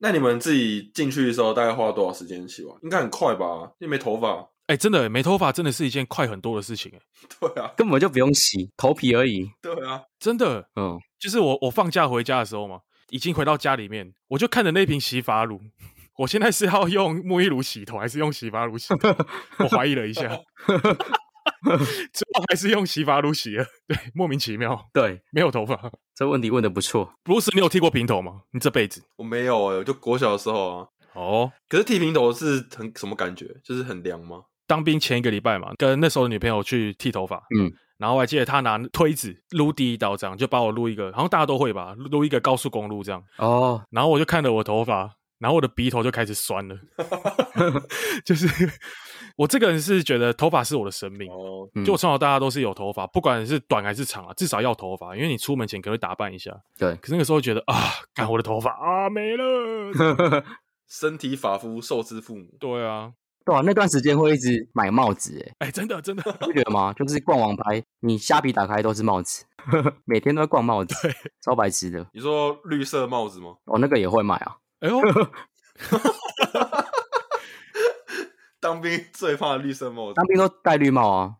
Speaker 1: 那你们自己进去的时候大概花了多少时间洗完？应该很快吧？又没头发。
Speaker 2: 哎、真的没头发真的是一件快很多的事情、哎，
Speaker 1: 对啊，
Speaker 3: 根本就不用洗头皮而已。
Speaker 1: 对啊，
Speaker 2: 真的。
Speaker 3: 嗯，
Speaker 2: 就是我我放假回家的时候嘛，已经回到家里面，我就看着那瓶洗发乳， 我现在是要用沐浴乳洗头还是用洗发乳洗头？我怀疑了一 下，最后还是用洗发乳洗了。对，莫名其妙，
Speaker 3: 对，
Speaker 2: 没有头 发。
Speaker 3: 这问题问的不错。
Speaker 2: 如此，你有剃过平头吗？你这辈子？
Speaker 1: 我没有哎、我就国小的时候啊。
Speaker 2: 哦，
Speaker 1: 可是剃平头是很什么感觉？就是很凉吗？
Speaker 2: 当兵前一个礼拜嘛，跟那时候的女朋友去剃头发，
Speaker 3: 嗯，
Speaker 2: 然后我还记得她拿推子撸第一刀，这样就把我撸一个，好像大家都会吧，撸一个高速公路这样。
Speaker 3: 哦，
Speaker 2: 然后我就看着我头发，然后我的鼻头就开始酸 了，就是我这个人是觉得头发是我的生命。
Speaker 1: 哦，
Speaker 3: 嗯
Speaker 2: 就我从小到大都是有头发，不管是短还是长啊，至少要头发，因为你出门前可能会打扮一下。
Speaker 3: 对，
Speaker 2: 可是那个时候觉得啊，看我的头发啊没了。
Speaker 1: 身体发肤受之父母。
Speaker 2: 对啊，
Speaker 3: 对啊，那段时间会一直买帽子，哎，
Speaker 2: 哎、真的 真的，
Speaker 3: 你不觉得吗？就是逛网拍，你虾皮打开都是帽子， 每天都在逛帽子，超白痴的。
Speaker 1: 你说绿色帽子吗？
Speaker 3: 我、那个也会买啊，
Speaker 2: 哎呦，
Speaker 1: 当兵最怕绿色帽子
Speaker 3: 当。兵都戴绿帽啊，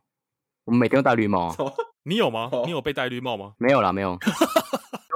Speaker 3: 我们每天都戴绿帽啊。
Speaker 2: 你有吗
Speaker 1: 哦？
Speaker 2: 你有被戴绿帽吗？
Speaker 3: 没有啦，没有。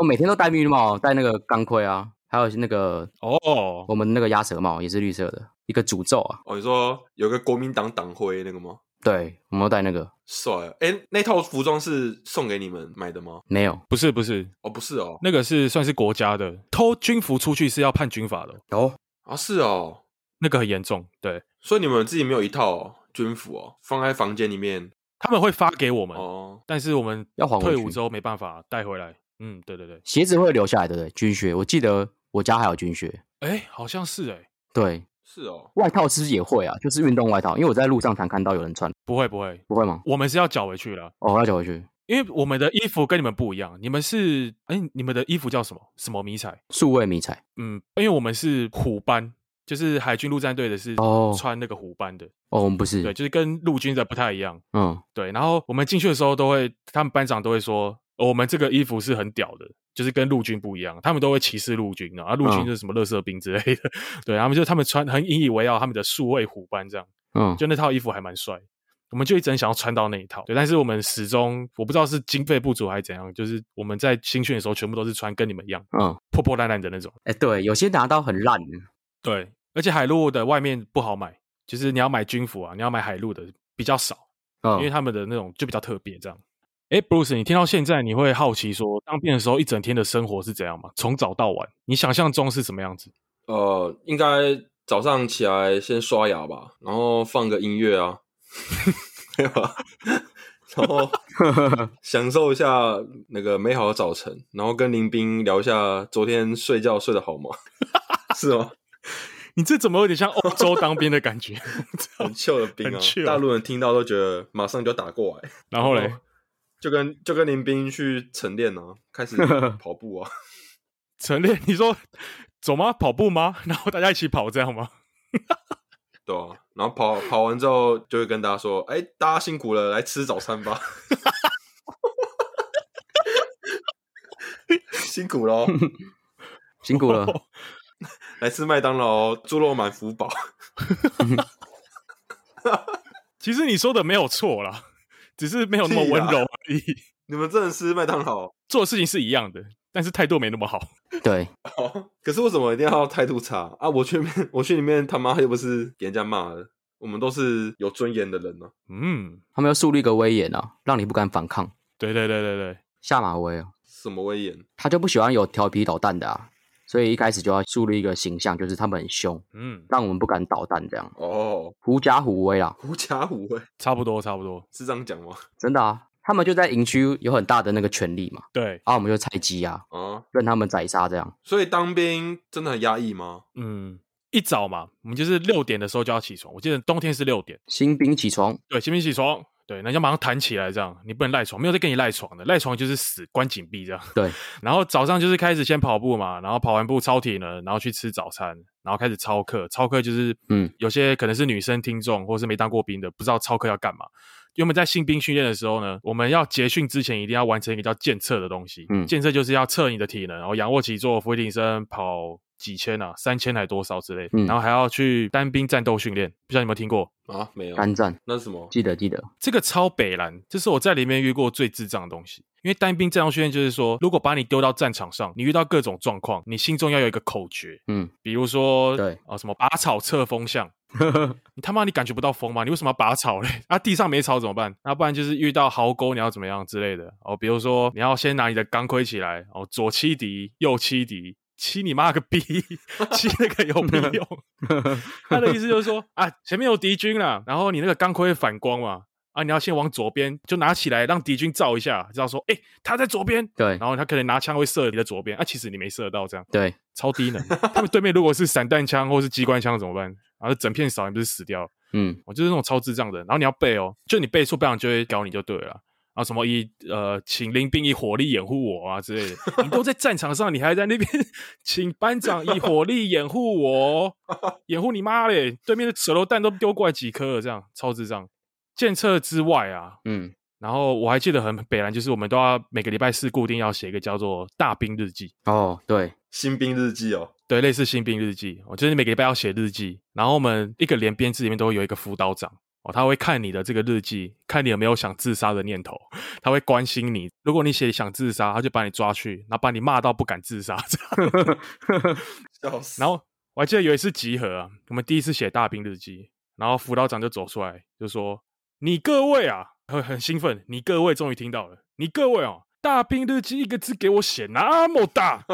Speaker 3: 我每天都戴绿帽，戴那个钢盔啊，还有那个
Speaker 2: 哦，
Speaker 3: 我们那个鸭舌帽也是绿色的，一个诅咒啊。
Speaker 1: 哦，你说有个国民党党徽那个吗？
Speaker 3: 对，我们都戴那个，
Speaker 1: 帅啊！哎、那套服装是送给你们买的吗？
Speaker 3: 没有
Speaker 2: 不是不是，
Speaker 1: 哦，不是哦，
Speaker 2: 那个是算是国家的，偷军服出去是要判军法的，
Speaker 3: 哦，
Speaker 1: 啊是哦，
Speaker 2: 那个很严重。对，
Speaker 1: 所以你们自己没有一套、哦、军服哦，放在房间里面
Speaker 2: 他们会发给我们，
Speaker 1: 哦。
Speaker 2: 但是我们
Speaker 3: 要还回
Speaker 2: 退伍之
Speaker 3: 去。
Speaker 2: 后没办法带回来。嗯，对对对，
Speaker 3: 鞋子会留下来，对不对？军靴，我记得我家还有军靴。
Speaker 2: 哎，好像是哎，
Speaker 3: 对，
Speaker 1: 是哦，
Speaker 3: 外套是不是也会啊？就是运动外套，因为我在路上常看到有人穿，
Speaker 2: 不会不会，
Speaker 3: 不会吗？
Speaker 2: 我们是要缴回去了，
Speaker 3: 哦，那就回去。
Speaker 2: 因为我们的衣服跟你们不一样，你们是哎，你们的衣服叫什么？什么迷彩？
Speaker 3: 数位迷彩
Speaker 2: 嗯，因为我们是虎斑，就是海军陆战队的是
Speaker 3: 哦
Speaker 2: 穿那个虎斑的，
Speaker 3: 哦，我们不是，
Speaker 2: 对，就是跟陆军的不太一样。
Speaker 3: 嗯，
Speaker 2: 对，然后我们进去的时候都会，他们班长都会说，哦我们这个衣服是很屌的，就是跟陆军不一样，他们都会歧视陆军啊，啊陆军
Speaker 3: 嗯
Speaker 2: 就是什么乐色兵之类的， 对，他们就他们穿很引以为傲，他们的数位虎斑这样，
Speaker 3: 嗯，
Speaker 2: 就那套衣服还蛮帅。我们就一直很想要穿到那一套，对，但是我们始终我不知道是经费不足还是怎样，就是我们在新训的时候全部都是穿跟你们一样
Speaker 3: 嗯，
Speaker 2: 破破烂烂的那种，
Speaker 3: 哎、对，有些拿到很烂的，
Speaker 2: 对，而且海陆的外面不好买，就是你要买军服啊，你要买海陆的比较少，
Speaker 3: 嗯，
Speaker 2: 因为他们的那种就比较特别这样。哎，Bruce，你听到现在你会好奇说，当兵的时候一整天的生活是怎样吗？从早到晚，你想象中是什么样子？
Speaker 1: 呃，应该早上起来先刷牙吧，然后放个音乐啊， 没有啊， 然后享受一下那个美好的早晨，然后跟林斌聊一下昨天睡觉睡得好吗？ 是吗？
Speaker 2: 你这怎么有点像欧洲当兵的感觉？
Speaker 1: 很 chill 的兵
Speaker 2: 很
Speaker 1: 啊，
Speaker 2: chill
Speaker 1: 大陆人听到都觉得马上就打过来。
Speaker 2: 然后
Speaker 1: 哦
Speaker 2: 嘞，
Speaker 1: 就跟就跟林斌去晨练啊，开 始跑步啊，
Speaker 2: 晨练，你说走吗？跑步吗？然后大家一起跑这样吗？
Speaker 1: 对啊，然后跑跑完之后就会跟大家说，哎、大家辛苦了，来吃早餐吧， 辛苦喽，
Speaker 3: 辛苦 了，
Speaker 1: 来吃麦当劳猪肉满福堡，
Speaker 2: 其实你说的没有错啦，只是没有那么温柔而已。
Speaker 1: 你们真的吃麦当劳？
Speaker 2: 做的事情是一样的，但是态度没那么好。
Speaker 3: 对，
Speaker 1: 哦，可是为什么一定要态度差啊？我去里面，我去里面他妈又不是给人家骂的，我们都是有尊严的人啊呢、
Speaker 2: 嗯，
Speaker 3: 他们要树立一个威严啊，让你不敢反抗。
Speaker 2: 对对对对对，
Speaker 3: 下马威哦，
Speaker 1: 什么威严？
Speaker 3: 他就不喜欢有调皮捣蛋的啊，所以一开始就要树立一个形象，就是他们很凶，
Speaker 2: 嗯，
Speaker 3: 让我们不敢捣蛋，这样
Speaker 1: 哦，
Speaker 3: 狐假虎威啦，
Speaker 1: 狐假虎威
Speaker 2: 差不多差不多。
Speaker 1: 是这样讲吗？
Speaker 3: 真的啊，他们就在营区有很大的那个权利嘛，
Speaker 2: 对，
Speaker 3: 啊，我们就菜鸡啊，
Speaker 1: 啊，
Speaker 3: 任他们宰杀这样，
Speaker 1: 所以当兵真的很压抑吗？
Speaker 2: 嗯，一早嘛，我们就是六点的时候就要起床。我记得冬天是六点，
Speaker 3: 新兵起床，
Speaker 2: 对，新兵起床，对，那就马上弹起来，这样你不能赖床，没有在跟你赖床的，赖床就是死，关紧闭这样。
Speaker 3: 对，
Speaker 2: 然后早上就是开始先跑步嘛，然后跑完步超体能，然后去吃早餐，然后开始操课，操课就是
Speaker 3: 嗯，
Speaker 2: 有些可能是女生听众或是没当过兵的，不知道操课要干嘛。因为我们在新兵训练的时候呢，我们要结训之前一定要完成一个叫健测的东西。
Speaker 3: 嗯
Speaker 2: 健测就是要测你的体能，然后仰卧起坐、俯卧撑、跑几千啊，三千还多少之类的，
Speaker 3: 嗯
Speaker 2: 然后还要去单兵战斗训练，不知道你有没有听过？
Speaker 1: 啊，没有，
Speaker 3: 单战，
Speaker 1: 那是什么？
Speaker 3: 记得记得，
Speaker 2: 这个超北蓝，这是我在里面遇过最智障的东西。因为单兵战斗训练就是说，如果把你丢到战场上，你遇到各种状况，你心中要有一个口诀，
Speaker 3: 嗯，
Speaker 2: 比如说
Speaker 3: 对
Speaker 2: 啊什么拔草测风 向，你他妈你感觉不到风吗？你为什么要拔草嘞？啊，地上没草怎么办？那、不然就是遇到壕沟你要怎么样之类的哦。比如说你要先拿你的钢盔起来哦，左欺敌，右欺敌，欺你妈个 逼，欺那个有屁用？他的意思就是说啊，前面有敌军啦，然后你那个钢盔会反光嘛，啊，你要先往左边就拿起来让敌军照一下，知道说哎、他在左边，
Speaker 3: 对
Speaker 2: 然后他可能拿枪会射你的左边，啊，其实你没射到这样。
Speaker 3: 对，
Speaker 2: 超低能。他们对面如果是散弹枪或是机关枪怎么办？然后整片扫，你不是死掉了？
Speaker 3: 嗯，
Speaker 2: 我就是那种超智障的人。然后你要背哦，就你背错，不然就会搞你就对了啦。然后什么以呃，请林兵以火力掩护我啊之类的，你都在战场上，你还在那边 请班长以火力掩护我，掩护你妈嘞！对面的手榴弹都丢过来几颗了，这样超智障。建测之外啊，
Speaker 3: 嗯，
Speaker 2: 然后我还记得很北兰，就是我们都要每个礼拜四固定要写一个叫做大兵日记，
Speaker 3: 哦，对，
Speaker 1: 新兵日记哦，
Speaker 2: 对，类似新兵日记，我就是每个礼拜要写日记，然后我们一个连编制里面都会有一个辅导长哦，他会看你的这个日记，看你有没有想自杀的念头，他会关心你。如果你写想自杀，他就把你抓去，然后把你骂到不敢自杀这样。
Speaker 1: 笑死。
Speaker 2: 然后我还记得有一次集合啊，我们第一次写大兵日记，然后辅导长就走出来就说：“你各位啊，很很兴奋，你各位终于听到了，你各位哦。”大兵日记一个字给我写那么 大，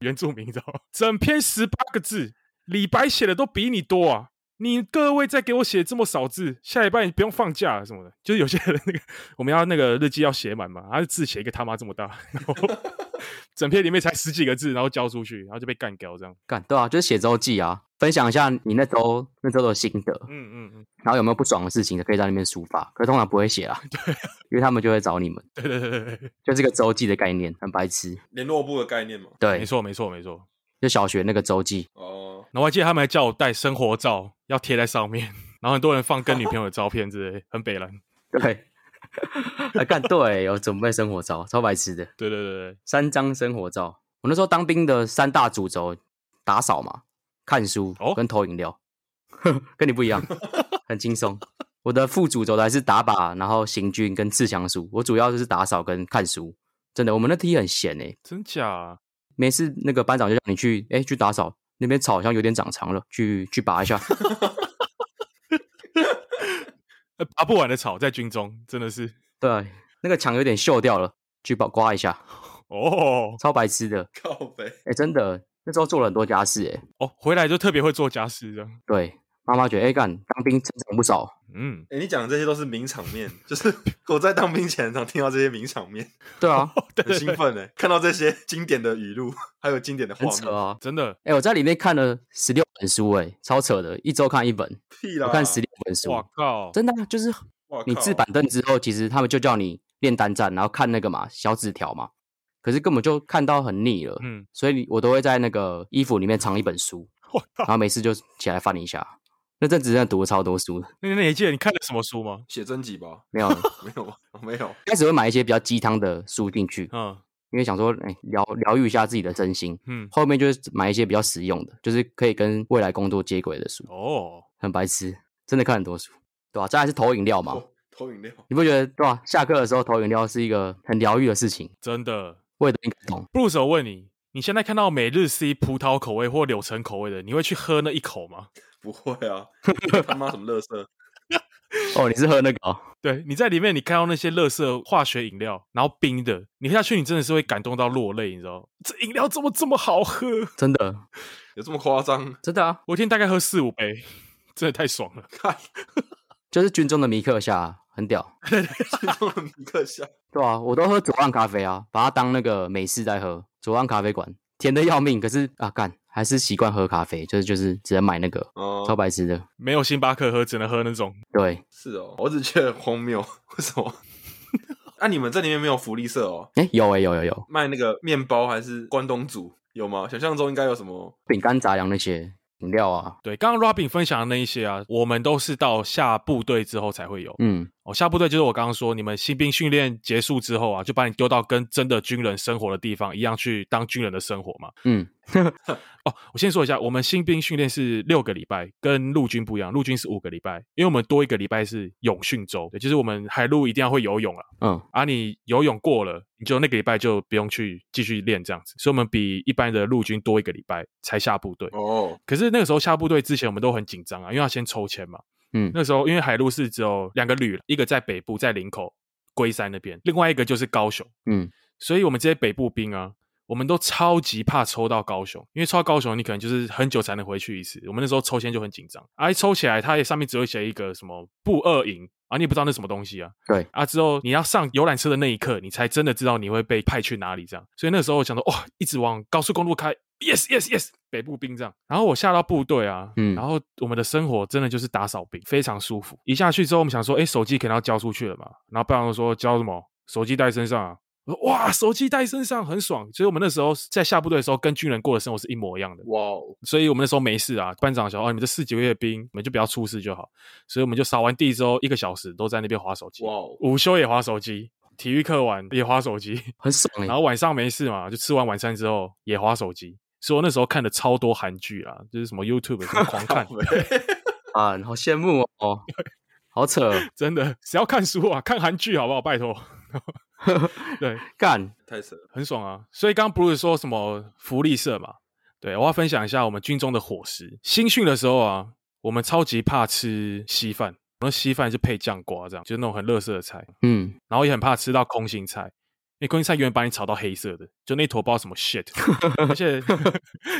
Speaker 2: 原住民你知道吗？整篇十八个字，李白写的都比你多啊！你各位再给我写这么少字，下礼拜你不用放假了啊什么的。就是有些人那个我们要那个日记要写满嘛，他字写一个他妈这么大，然后 整篇里面才十几个字，然后交出去，然后就被干掉这样。
Speaker 3: 干，对啊，就是写周记啊，分享一下你那周那周的心得，
Speaker 2: 嗯嗯嗯，
Speaker 3: 然后有没有不爽的事情，可以在那边抒发，可是通常不会写啊， 对，因为他们就会找你们，
Speaker 2: 对对对对对，
Speaker 3: 就是个周记的概念，很白痴，
Speaker 1: 联络部的概念嘛，
Speaker 3: 对
Speaker 2: 没，错没错没错。
Speaker 3: 就小学那个周记，
Speaker 1: 哦，
Speaker 2: 然后我还记得他们还叫我带生活照，要贴在上面，然后很多人放跟女朋友的照片之类，很北蓝。
Speaker 3: 对， 啊，干，对，有准备生活照，超白痴的，
Speaker 2: 对对对对，
Speaker 3: 三张生活照，我那时候当兵的三大主轴，打扫嘛，看书
Speaker 2: 哦
Speaker 3: 跟投饮料，跟你不一样，很轻松。我的副主轴的还是打靶，然后行军跟刺枪术。我主要就是打扫跟看书。真的，我们那梯很闲诶、欸
Speaker 2: 真假啊？
Speaker 3: 每次那个班长就叫你去，哎、去打扫那边草好像有点长长了，去去拔一下。
Speaker 2: 呃，拔不完的草在军中真的是
Speaker 3: 对，啊那个墙有点锈掉了，去把刮一下，
Speaker 2: 哦
Speaker 3: 超白痴的。
Speaker 1: 靠北，
Speaker 3: 哎、真的，那时候做了很多家事诶、哎
Speaker 2: 哦，回来就特别会做家事这样。
Speaker 3: 对，妈妈觉得哎干、当兵成长不少，
Speaker 2: 嗯，
Speaker 1: 哎、你讲的这些都是名场面，就是 我在当兵前常听到这些名场面，
Speaker 3: 对 啊，
Speaker 2: 对
Speaker 1: 很
Speaker 2: 对
Speaker 1: 兴
Speaker 2: 对，
Speaker 1: 奋哎，看到这些经典的语录，还有经典的画
Speaker 3: 很扯
Speaker 1: 面，
Speaker 3: 啊！
Speaker 2: 真的
Speaker 3: 哎、我在里面看了十六本书、欸，哎，超扯的，一周看一本，
Speaker 1: 屁啦！
Speaker 3: 我看十六本书，
Speaker 2: 啊哇靠！
Speaker 3: 真的啊、就是
Speaker 1: 哇靠，
Speaker 3: 你自板凳之后，其实他们就叫你练单站，然后看那个嘛小纸条嘛，可是根本就看到很腻了，
Speaker 2: 嗯，
Speaker 3: 所以我都会在那个衣服里面藏一本书，
Speaker 2: 我
Speaker 3: 然
Speaker 2: 靠！
Speaker 3: 后没事就起来翻一下。那阵子真的读了超多书的，
Speaker 2: 那那你还记得你看了什么书吗？
Speaker 1: 写真集吧？
Speaker 3: 没 有
Speaker 1: 没有吧，没有，
Speaker 3: 开始会买一些比较鸡汤的书进去，
Speaker 2: 嗯
Speaker 3: 因为想说，哎、疗疗愈一下自己的身心。
Speaker 2: 嗯，
Speaker 3: 后面就是买一些比较实用的，就是可以跟未来工作接轨的书，
Speaker 2: 哦，
Speaker 3: 很白痴，真的看很多书，对吧、啊再来是投饮料嘛，
Speaker 1: 哦投饮料，
Speaker 3: 你不觉得对吧、啊下课的时候投饮料是一个很疗愈的事情，
Speaker 2: 真的。
Speaker 3: 我也都应该懂。
Speaker 2: 布鲁斯，我问你，你现在看到每日 C 葡萄口味或柳橙口味的，你会去喝那一口吗？
Speaker 1: 不会啊，他妈什么乐色？
Speaker 3: 哦，你是喝那个、哦？
Speaker 2: 对，你在里面你看到那些垃圾化学饮料，然后冰的，你喝下去你真的是会感动到落泪，你知道吗？这饮料怎么这么好喝？
Speaker 3: 真的，
Speaker 1: 有这么夸张？
Speaker 3: 真的啊，
Speaker 2: 我一天大概喝四五杯， 真的太爽了。
Speaker 1: 看，
Speaker 3: 就是军中的米克夏，很屌，
Speaker 1: 这种米克夏，
Speaker 3: 对啊，我都喝左岸咖啡啊，把它当那个美式在喝，左岸咖啡馆甜的要命，可是啊干，还是习惯喝咖啡，就是就是只能买那个超
Speaker 1: 哦，
Speaker 3: 白痴的，
Speaker 2: 没有星巴克喝，只能喝那种。
Speaker 3: 对，
Speaker 1: 是哦，我只觉得很荒谬，为什么？ 那、你们这里面没有福利社哦？
Speaker 3: 哎、有哎、有有有，
Speaker 1: 卖那个面包还是关东煮有吗？想象中应该有什么？
Speaker 3: 饼干杂粮那些饮料啊，
Speaker 2: 对，刚刚 Robin 分享的那一些啊，我们都是到下部队之后才会有。
Speaker 3: 嗯，
Speaker 2: 哦，下部队就是我刚刚说，你们新兵训练结束之后啊，就把你丢到跟真的军人生活的地方一样去当军人的生活嘛。
Speaker 3: 嗯，
Speaker 2: 哦，我先说一下，我们新兵训练是六个礼拜，跟陆军不一样，陆军是五个礼拜，因为我们多一个礼拜是泳训周，对，就是我们海陆一定要会游泳了。
Speaker 3: 嗯，
Speaker 2: 啊，你游泳过了，你就那个礼拜就不用去继续练这样子，所以我们比一般的陆军多一个礼拜才下部队。
Speaker 1: 哦，
Speaker 2: 可是那个时候下部队之前，我们都很紧张啊，因为要先抽签嘛。
Speaker 3: 嗯
Speaker 2: 那时候因为海陆是只有两个旅，一个在北部，在林口龟山那边，另外一个就是高雄。
Speaker 3: 嗯，
Speaker 2: 所以我们这些北部兵啊，我们都超级怕抽到高雄，因为抽到高雄，你可能就是很久才能回去一次。我们那时候抽签就很紧张，啊，一抽起来，它也上面只会写一个什么不二营啊，你也不知道那什么东西啊。
Speaker 3: 对
Speaker 2: 啊，之后你要上游览车的那一刻，你才真的知道你会被派去哪里这样。所以那时候我想说，哇、一直往高速公路开，yes yes yes，北部兵这样。然后我下到部队啊，
Speaker 3: 嗯
Speaker 2: 然后我们的生活真的就是打扫兵，非常舒服。一下去之后，我们想说，哎，手机可能要交出去了嘛，然后班长说交什么？手机带身上啊。我说哇，手机带身上很爽，所以我们那时候在下部队的时候，跟军人过的生活是一模一样的。
Speaker 1: 哇哦，
Speaker 2: 所以我们那时候没事啊，班长想哦，你们这四几个月的兵，你们就不要出事就好。所以我们就扫完地之后，一个小时都在那边划手机。
Speaker 1: 哇哦，，
Speaker 2: 午休也划手机，体育课完也划手机，
Speaker 3: 很爽
Speaker 2: 然
Speaker 3: 哎。
Speaker 2: 后晚上没事嘛，就吃完晚餐之后也划手机。所以我那时候看的超多韩剧啊，就是什么 YouTube 什么狂看
Speaker 1: 北
Speaker 3: 啊，好羡慕哦哦，好扯哦，
Speaker 2: 真的谁要看书啊？看韩剧好不好？拜托，对，
Speaker 3: 干，
Speaker 1: 太神了，
Speaker 2: 很爽啊。所以刚刚不是说什么福利社嘛？对，我要分享一下我们军中的伙食。新训的时候啊，我们超级怕吃稀饭，那稀饭就配酱瓜这样，就是那种很垃圾的菜。
Speaker 3: 嗯，
Speaker 2: 然后也很怕吃到空心菜，因为空心菜永远把你炒到黑色的，就那坨不知道什么 shit，而且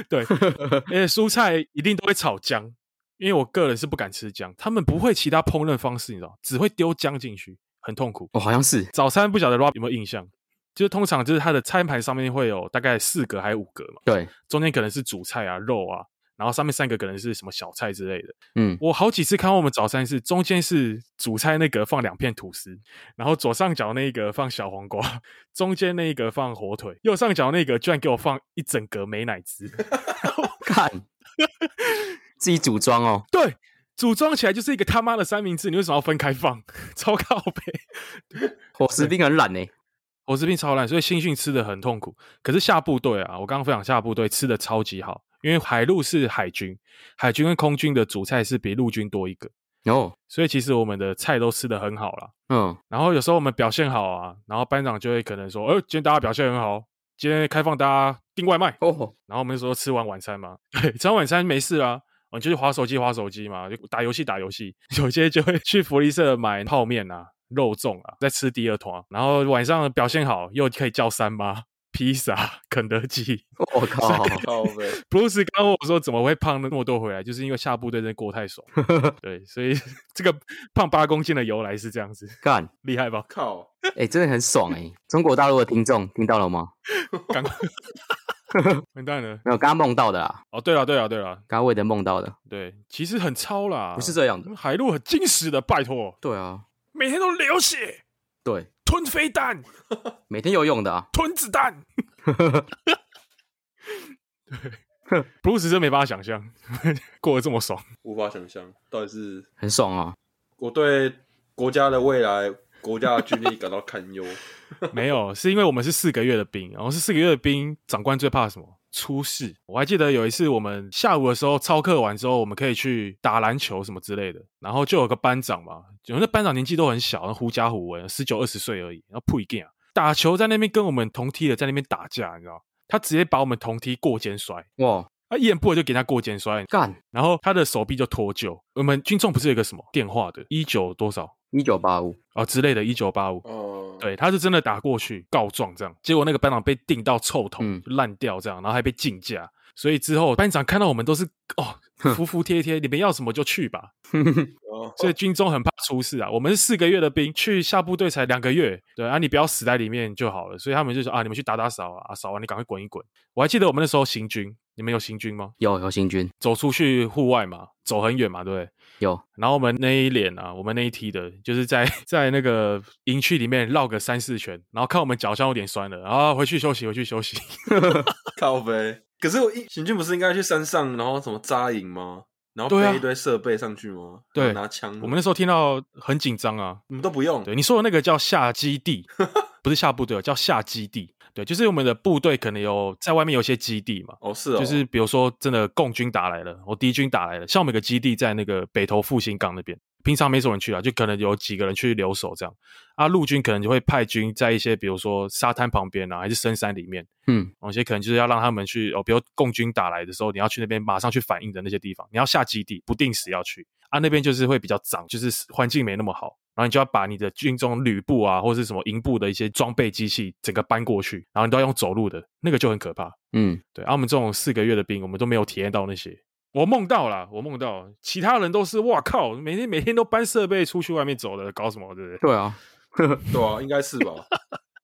Speaker 2: 对，而且蔬菜一定都会炒姜，因为我个人是不敢吃姜，他们不会其他烹饪方式，你知道，只会丢姜进去，很痛苦。
Speaker 3: 哦，好像是，
Speaker 2: 早餐不晓得 Rob 有没有印象？就是通常就是它的餐盘上面会有大概四格还有五格嘛，
Speaker 3: 对，
Speaker 2: 中间可能是主菜啊、肉啊，然后上面三个可能是什么小菜之类的。
Speaker 3: 嗯，
Speaker 2: 我好几次看到我们早餐是中间是主菜那个放两片吐司，然后左上角那个放小黄瓜， 中间那个放火腿，右上角那个居然给我放一整格美乃滋。
Speaker 3: 干，自己组装哦，
Speaker 2: 对，组装起来就是一个他妈的三明治，你为什么要分开放？ 超靠背。
Speaker 3: 伙食兵很懒哎，
Speaker 2: 我这边超烂，所以新训吃的很痛苦。可是下部队啊，我刚刚分享下部队吃的超级好，因为海陆是海军，海军跟空军的主菜是比陆军多一个，
Speaker 3: 哦，
Speaker 2: 所以其实我们的菜都吃的很好啦。
Speaker 3: 嗯，
Speaker 2: 然后有时候我们表现好啊，然后班长就会可能说：“呃，今天大家表现很好，今天开放大家订外卖。
Speaker 3: 哦，”
Speaker 2: 然后我们就说吃完晚餐嘛， 对，吃完晚餐没事啦，我们就去划手机划手机嘛，就打游戏打游戏。 有些就会去福利社买泡面啊、肉粽啊，再吃第二团。然后晚上表现好又可以叫三妈、披萨、肯德基。
Speaker 3: 我哦靠，
Speaker 1: 靠北，
Speaker 2: Bruce 刚问我说怎么会胖那么多回来，就是因为下部队真的过太爽。 对，所以 这个胖八公斤的由来是这样子，
Speaker 3: 干，
Speaker 2: 厉害吧？
Speaker 1: 靠，
Speaker 3: 哎，真的很爽哎。中国大陆的听众听到了吗？
Speaker 2: 赶快完蛋了！
Speaker 3: 没有，刚刚梦到的啦，
Speaker 2: 哦，对了，对了，对了，
Speaker 3: 刚刚魏德梦到的，
Speaker 2: 对，其实很超啦，
Speaker 3: 不是这样
Speaker 2: 他
Speaker 3: 的。
Speaker 2: 们海陆很矜持的，拜托，
Speaker 3: 对啊，
Speaker 2: 每天都流血，
Speaker 3: 对，
Speaker 2: 吞飞弹，
Speaker 3: 每天游泳的啊，
Speaker 2: 吞子弹。对，布鲁斯真没办法想象过得这么爽。
Speaker 1: 无法想象，到底是
Speaker 3: 很爽啊。
Speaker 1: 我对国家的未来、国家的军力感到堪 忧。
Speaker 2: 没有，是因为我们是四个月的兵，然后是四个月的兵，长官最怕什么？出事。我还记得有一次，我们下午的时候操课完之后，我们可以去打篮球什么之类的，然后就有个班长嘛，有那班长年纪都很小，狐假虎威，十九二十岁而已，然后不一定啊，打球在那边跟我们同梯的在那边打架，你知道，他直接把我们同梯过肩摔，啊
Speaker 3: 哇，
Speaker 2: 他一言不合就给他过肩摔，
Speaker 3: 干
Speaker 2: 然后他的手臂就脱臼。我们军中不是有一个什么电话的，一九多少
Speaker 3: 一九八五，
Speaker 2: 啊、之类的，一九八五，
Speaker 1: 哦，
Speaker 2: 对，他是真的打过去告状这样，结果那个班长被定到臭头，
Speaker 3: 嗯
Speaker 2: 就烂掉这样，然后还被竞价。所以之后班长看到我们都是哦服服帖帖，你们要什么就去吧。
Speaker 1: 哦，
Speaker 2: 所以军中很怕出事啊。我们是四个月的兵，去下部队才两个月，对啊，你不要死在里面就好了。所以他们就说啊，你们去打打扫啊，啊扫完你赶快滚一滚。我还记得我们那时候行军，你们有行军吗？
Speaker 3: 有有行军，
Speaker 2: 走出去户外嘛，走很远嘛，对不对？
Speaker 3: 有
Speaker 2: 然后我们那一脸啊，我们那一梯的，就是在 在那个营区里面绕个三四圈，然后看我们脚好像有点酸了，然后回去休息，回去休息。
Speaker 1: 靠呗。可是我一行军不是应该去山上，然后什么扎营吗？然后
Speaker 2: 对啊
Speaker 1: 背一堆设备上去吗？
Speaker 2: 对
Speaker 1: 然后拿枪。
Speaker 2: 我们那时候听到很紧张啊，
Speaker 1: 你们都不用，
Speaker 2: 对，你说的那个叫下 基地，不是下部队哦，叫下基地。对，就是我们的部队可能有在外面有一些基地嘛，
Speaker 1: 哦，是哦，
Speaker 2: 就是比如说真的共军打来了，我敌军打来了，像我们有个基地在那个北投复兴港那边，平常没什么人去啊，就可能有几个人去留守这样。啊，陆军可能就会派军在一些比如说沙滩旁边啊，还是深山里面，
Speaker 3: 嗯，
Speaker 2: 有哦些可能就是要让他们去哦，比如共军打来的时候，你要去那边马上去反应的那些地方，你要下基地，不定时要去啊，那边就是会比较脏，就是环境没那么好，然后你就要把你的军中旅部啊，或是什么营部的一些装备机器整个搬过去，然后你都要用走路的，那个就很可怕。
Speaker 3: 嗯，
Speaker 2: 对，啊，我们这种四个月的兵，我们都没有体验到那些。我梦到啦，我梦到，其他人都是哇靠，每天每天都搬设备出去外面走的，搞什么对不对？
Speaker 3: 对啊，
Speaker 1: 对啊，应该是 吧。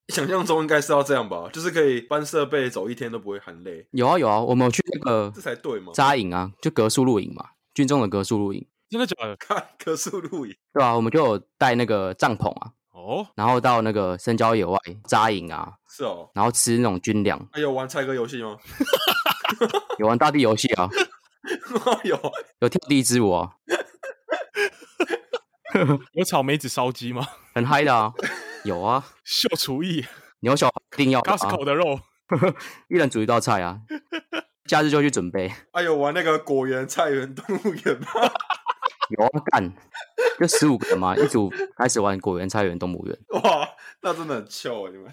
Speaker 1: 想象中应该是要这样吧，就是可以搬设备走一天都不会喊累，
Speaker 3: 有啊有啊，我们有去那个
Speaker 1: 这才对嘛。
Speaker 3: 扎营啊，就格数露营嘛，军中的格数露营，
Speaker 2: 真的假的？
Speaker 1: 看 棵树露营，
Speaker 3: 对啊，我们就有带那个帐篷啊，
Speaker 2: 哦，
Speaker 3: 然后到那个深郊野外扎营啊，
Speaker 1: 是哦。
Speaker 3: 然后吃那种军粮，
Speaker 1: 还有哎玩猜歌游戏吗？
Speaker 3: 有玩大地游戏啊，
Speaker 1: 有，
Speaker 3: 有跳地之舞啊，
Speaker 2: 有草莓籽烧鸡吗？
Speaker 3: 很嗨的啊，有啊，
Speaker 2: 秀厨艺
Speaker 3: 牛小排一定要的啊，
Speaker 2: ，Costco 的肉，
Speaker 3: 一人煮一道菜啊，假日就去准备，
Speaker 1: 还有哎玩那个果园、菜园、动物园吗？
Speaker 3: 有啊干，就十五个人嘛，一组开始玩果园、菜园、动物园，
Speaker 1: 哇，那真的很糗啊！你们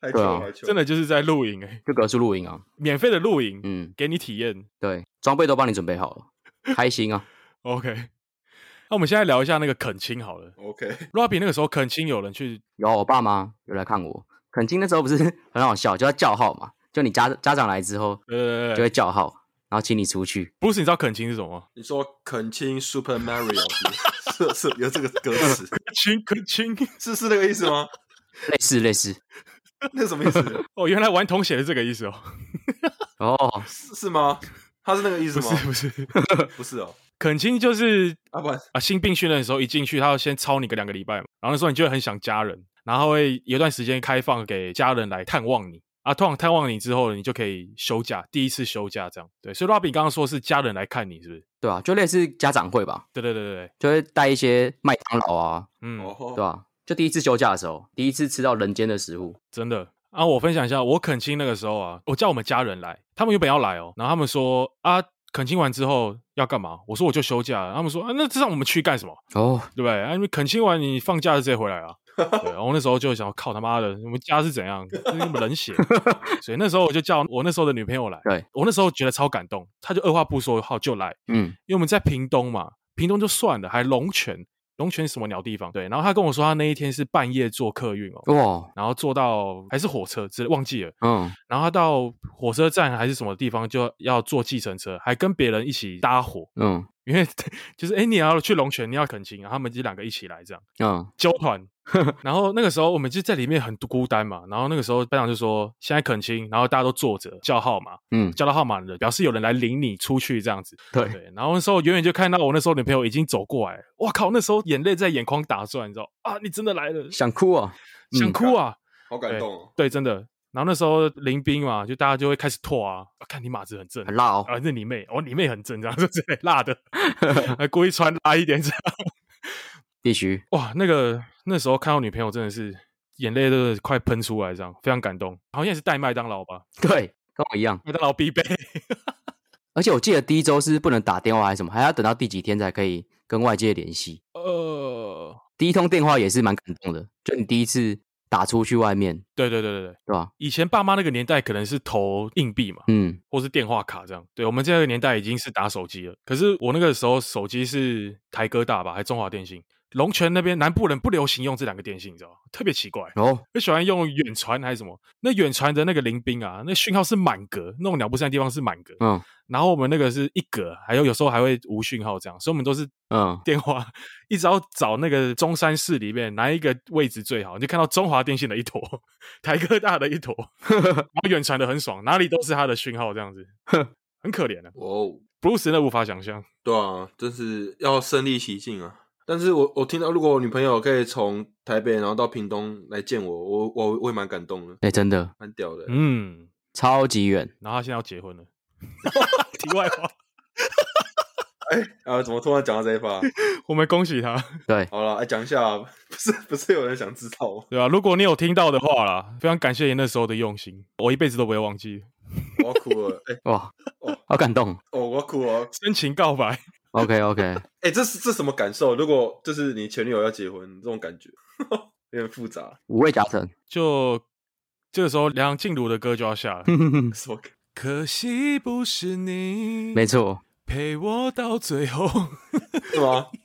Speaker 1: 太糗
Speaker 3: 对啊
Speaker 1: 了，太糗了
Speaker 2: 真的就是在露营哎、
Speaker 3: 就格数露营啊，
Speaker 2: 免费的露营，
Speaker 3: 嗯，
Speaker 2: 给你体验。
Speaker 3: 对，装备都帮你准备好了，开心啊，
Speaker 2: OK，那我们现在聊一下那个恳亲好了。
Speaker 1: OK，
Speaker 2: Robby 那个时候恳亲有人去，
Speaker 3: 有我爸妈有来看我，肯金那时候不是 很好笑，就要叫号嘛，就你家家长来之后
Speaker 2: 呃，
Speaker 3: 就会叫号，然后请你出去，
Speaker 2: 不是你知道恳亲是什么吗？
Speaker 1: 你说恳亲 Super Mario 是 不是是是有这个歌词，
Speaker 2: 亲恳亲，
Speaker 1: 是是那个意思吗？
Speaker 3: 类似类似，
Speaker 1: 那是什么意思？
Speaker 2: 哦，原来顽童写的这个意思哦，
Speaker 3: 哦，
Speaker 1: 是是吗？他是那个意思
Speaker 2: 不
Speaker 1: 吗？
Speaker 2: 是不是，
Speaker 1: 不是哦，
Speaker 2: 恳亲就是
Speaker 1: 啊不然，
Speaker 2: 啊，新兵训练的时候一进去，他要先操你个两个礼拜嘛，然后那时候你就会很想家人，然后会有一段时间开放给家人来探望你啊，通常探望你之后，你就可以休假，第一次休假这样。对，所以 Robby 刚刚说是家人来看你，是不是？
Speaker 3: 对啊，就类似家长会吧，
Speaker 2: 对对对对对，
Speaker 3: 就会带一些麦当劳啊，
Speaker 2: 嗯，
Speaker 1: 哦，
Speaker 3: 对吧、就第一次休假的时候，第一次吃到人间的食物，
Speaker 2: 真的。啊，我分享一下，我恳亲那个时候啊，我叫我们家人来，他们原本要来哦，然后他们说啊，恳亲完之后要干嘛？我说我就休假了，他们说啊，那这让我们去干什么？
Speaker 3: 哦，
Speaker 2: 对不对？啊，你恳亲完你放假就直接回来啊。对，然后那时候就想，靠他妈的，我们家是怎样，这是那么冷血。所以那时候我就叫我那时候的女朋友来，
Speaker 3: 对
Speaker 2: 我那时候觉得超感动，她就二话不说，好就来，
Speaker 3: 嗯，
Speaker 2: 因为我们在屏东嘛，屏东就算了，还龙泉，龙泉是什么鸟地方？对，然后她跟我说，她那一天是半夜坐客运哦，
Speaker 3: 哇，
Speaker 2: 然后坐到还是火车之类，忘记了。
Speaker 3: 嗯，
Speaker 2: 然后她到火车站还是什么地方，就要坐计程车，还跟别人一起搭伙，
Speaker 3: 嗯，
Speaker 2: 因为 就是哎，诶你也要去龙泉，你要恳亲，然后他们就两个一起来这样。
Speaker 3: 嗯，
Speaker 2: 纠团。然后那个时候我们就在里面很孤单嘛，然后那个时候班长就说现在恳亲，然后大家都坐着叫号码，
Speaker 3: 嗯，
Speaker 2: 叫到号码的人表示有人来领你出去这样子。
Speaker 3: 对，
Speaker 2: 对，然后那时候远远就看到我那时候女朋友已经走过来了，哇靠，那时候眼泪在眼眶打转，你知道啊，你真的来了，
Speaker 3: 想哭啊，嗯
Speaker 2: 想哭啊，
Speaker 1: 好感动哦。
Speaker 2: 对，真的。然后那时候临兵嘛，就大家就会开始拓啊，啊看你马子很正，
Speaker 3: 很辣哦，
Speaker 2: 啊，那你妹，哦，你妹很正，这样就类辣的，还故意穿辣一点这样。
Speaker 3: 必须，
Speaker 2: 哇，那个那时候看到女朋友真的是眼泪都是快喷出来，这样非常感动。好像也是带麦当劳吧，
Speaker 3: 对， 跟我一样。
Speaker 2: 麦当劳必备。
Speaker 3: 而且我记得第一周是不能打电话还是什么，还要等到第几天才可以跟外界联系。
Speaker 2: 呃，
Speaker 3: 第一通电话也是蛮感动的，就你第一次打出去外面，
Speaker 2: 对对对对对，
Speaker 3: 对吧？
Speaker 2: 以前爸妈那个年代可能是投硬币嘛，
Speaker 3: 嗯，
Speaker 2: 或是电话卡这样。对我们这个年代已经是打手机了，可是我那个时候手机是台哥大吧，还中华电信。龙泉那边南部人不流行用这两个电信，你知道吗？特别奇怪，
Speaker 3: 然后
Speaker 2: 就喜欢用远传还是什么？那远传的那个林兵啊，那讯号是满格，那种鸟不生的地方是满格。
Speaker 3: 嗯
Speaker 2: 然后我们那个是一格，还有有时候还会无讯号这样，所以我们都是
Speaker 3: 嗯，
Speaker 2: 电话 一直要找那个中山市里面哪一个位置最好，你就看到中华电信的一坨， 台科大的一 坨，然后远传的很爽，哪里都是它的讯号这样子，很可怜的、啊。
Speaker 1: 哦，
Speaker 2: 布鲁斯那无法想象，
Speaker 1: 对啊，真是要身临其境啊！但是我我听到，如果我女朋友可以从台北然后到屏东来见我，我我我也蛮感动的，
Speaker 3: 哎、真的
Speaker 1: 蛮屌的。
Speaker 2: 嗯，
Speaker 3: 超级远，
Speaker 2: 然后他现在要结婚了，题外话，
Speaker 1: 啊，怎么突然讲到这一 趴？
Speaker 2: 我们恭喜他，
Speaker 3: 对，
Speaker 1: 好了，哎，讲一下， 不是不是有人想知道吗？
Speaker 2: 对啊，如果你有听到的话啦，非常感谢你那时候的用心，我一辈子都不会忘记。
Speaker 1: 我要哭 了，哎、
Speaker 3: 哇
Speaker 1: 哦，
Speaker 3: 好感动。
Speaker 1: 哦，我要哭了，
Speaker 2: 深情告白，
Speaker 3: OK OK，
Speaker 1: 哎、这是这什么感受？如果就是你前女友要结婚，这种感觉 有点复杂，
Speaker 3: 五味杂陈。
Speaker 2: 就这个时候梁静茹的歌就要下了。
Speaker 1: 什么感？
Speaker 2: 可惜不是你，
Speaker 3: 没错，
Speaker 2: 陪我到最后。
Speaker 1: 是吗？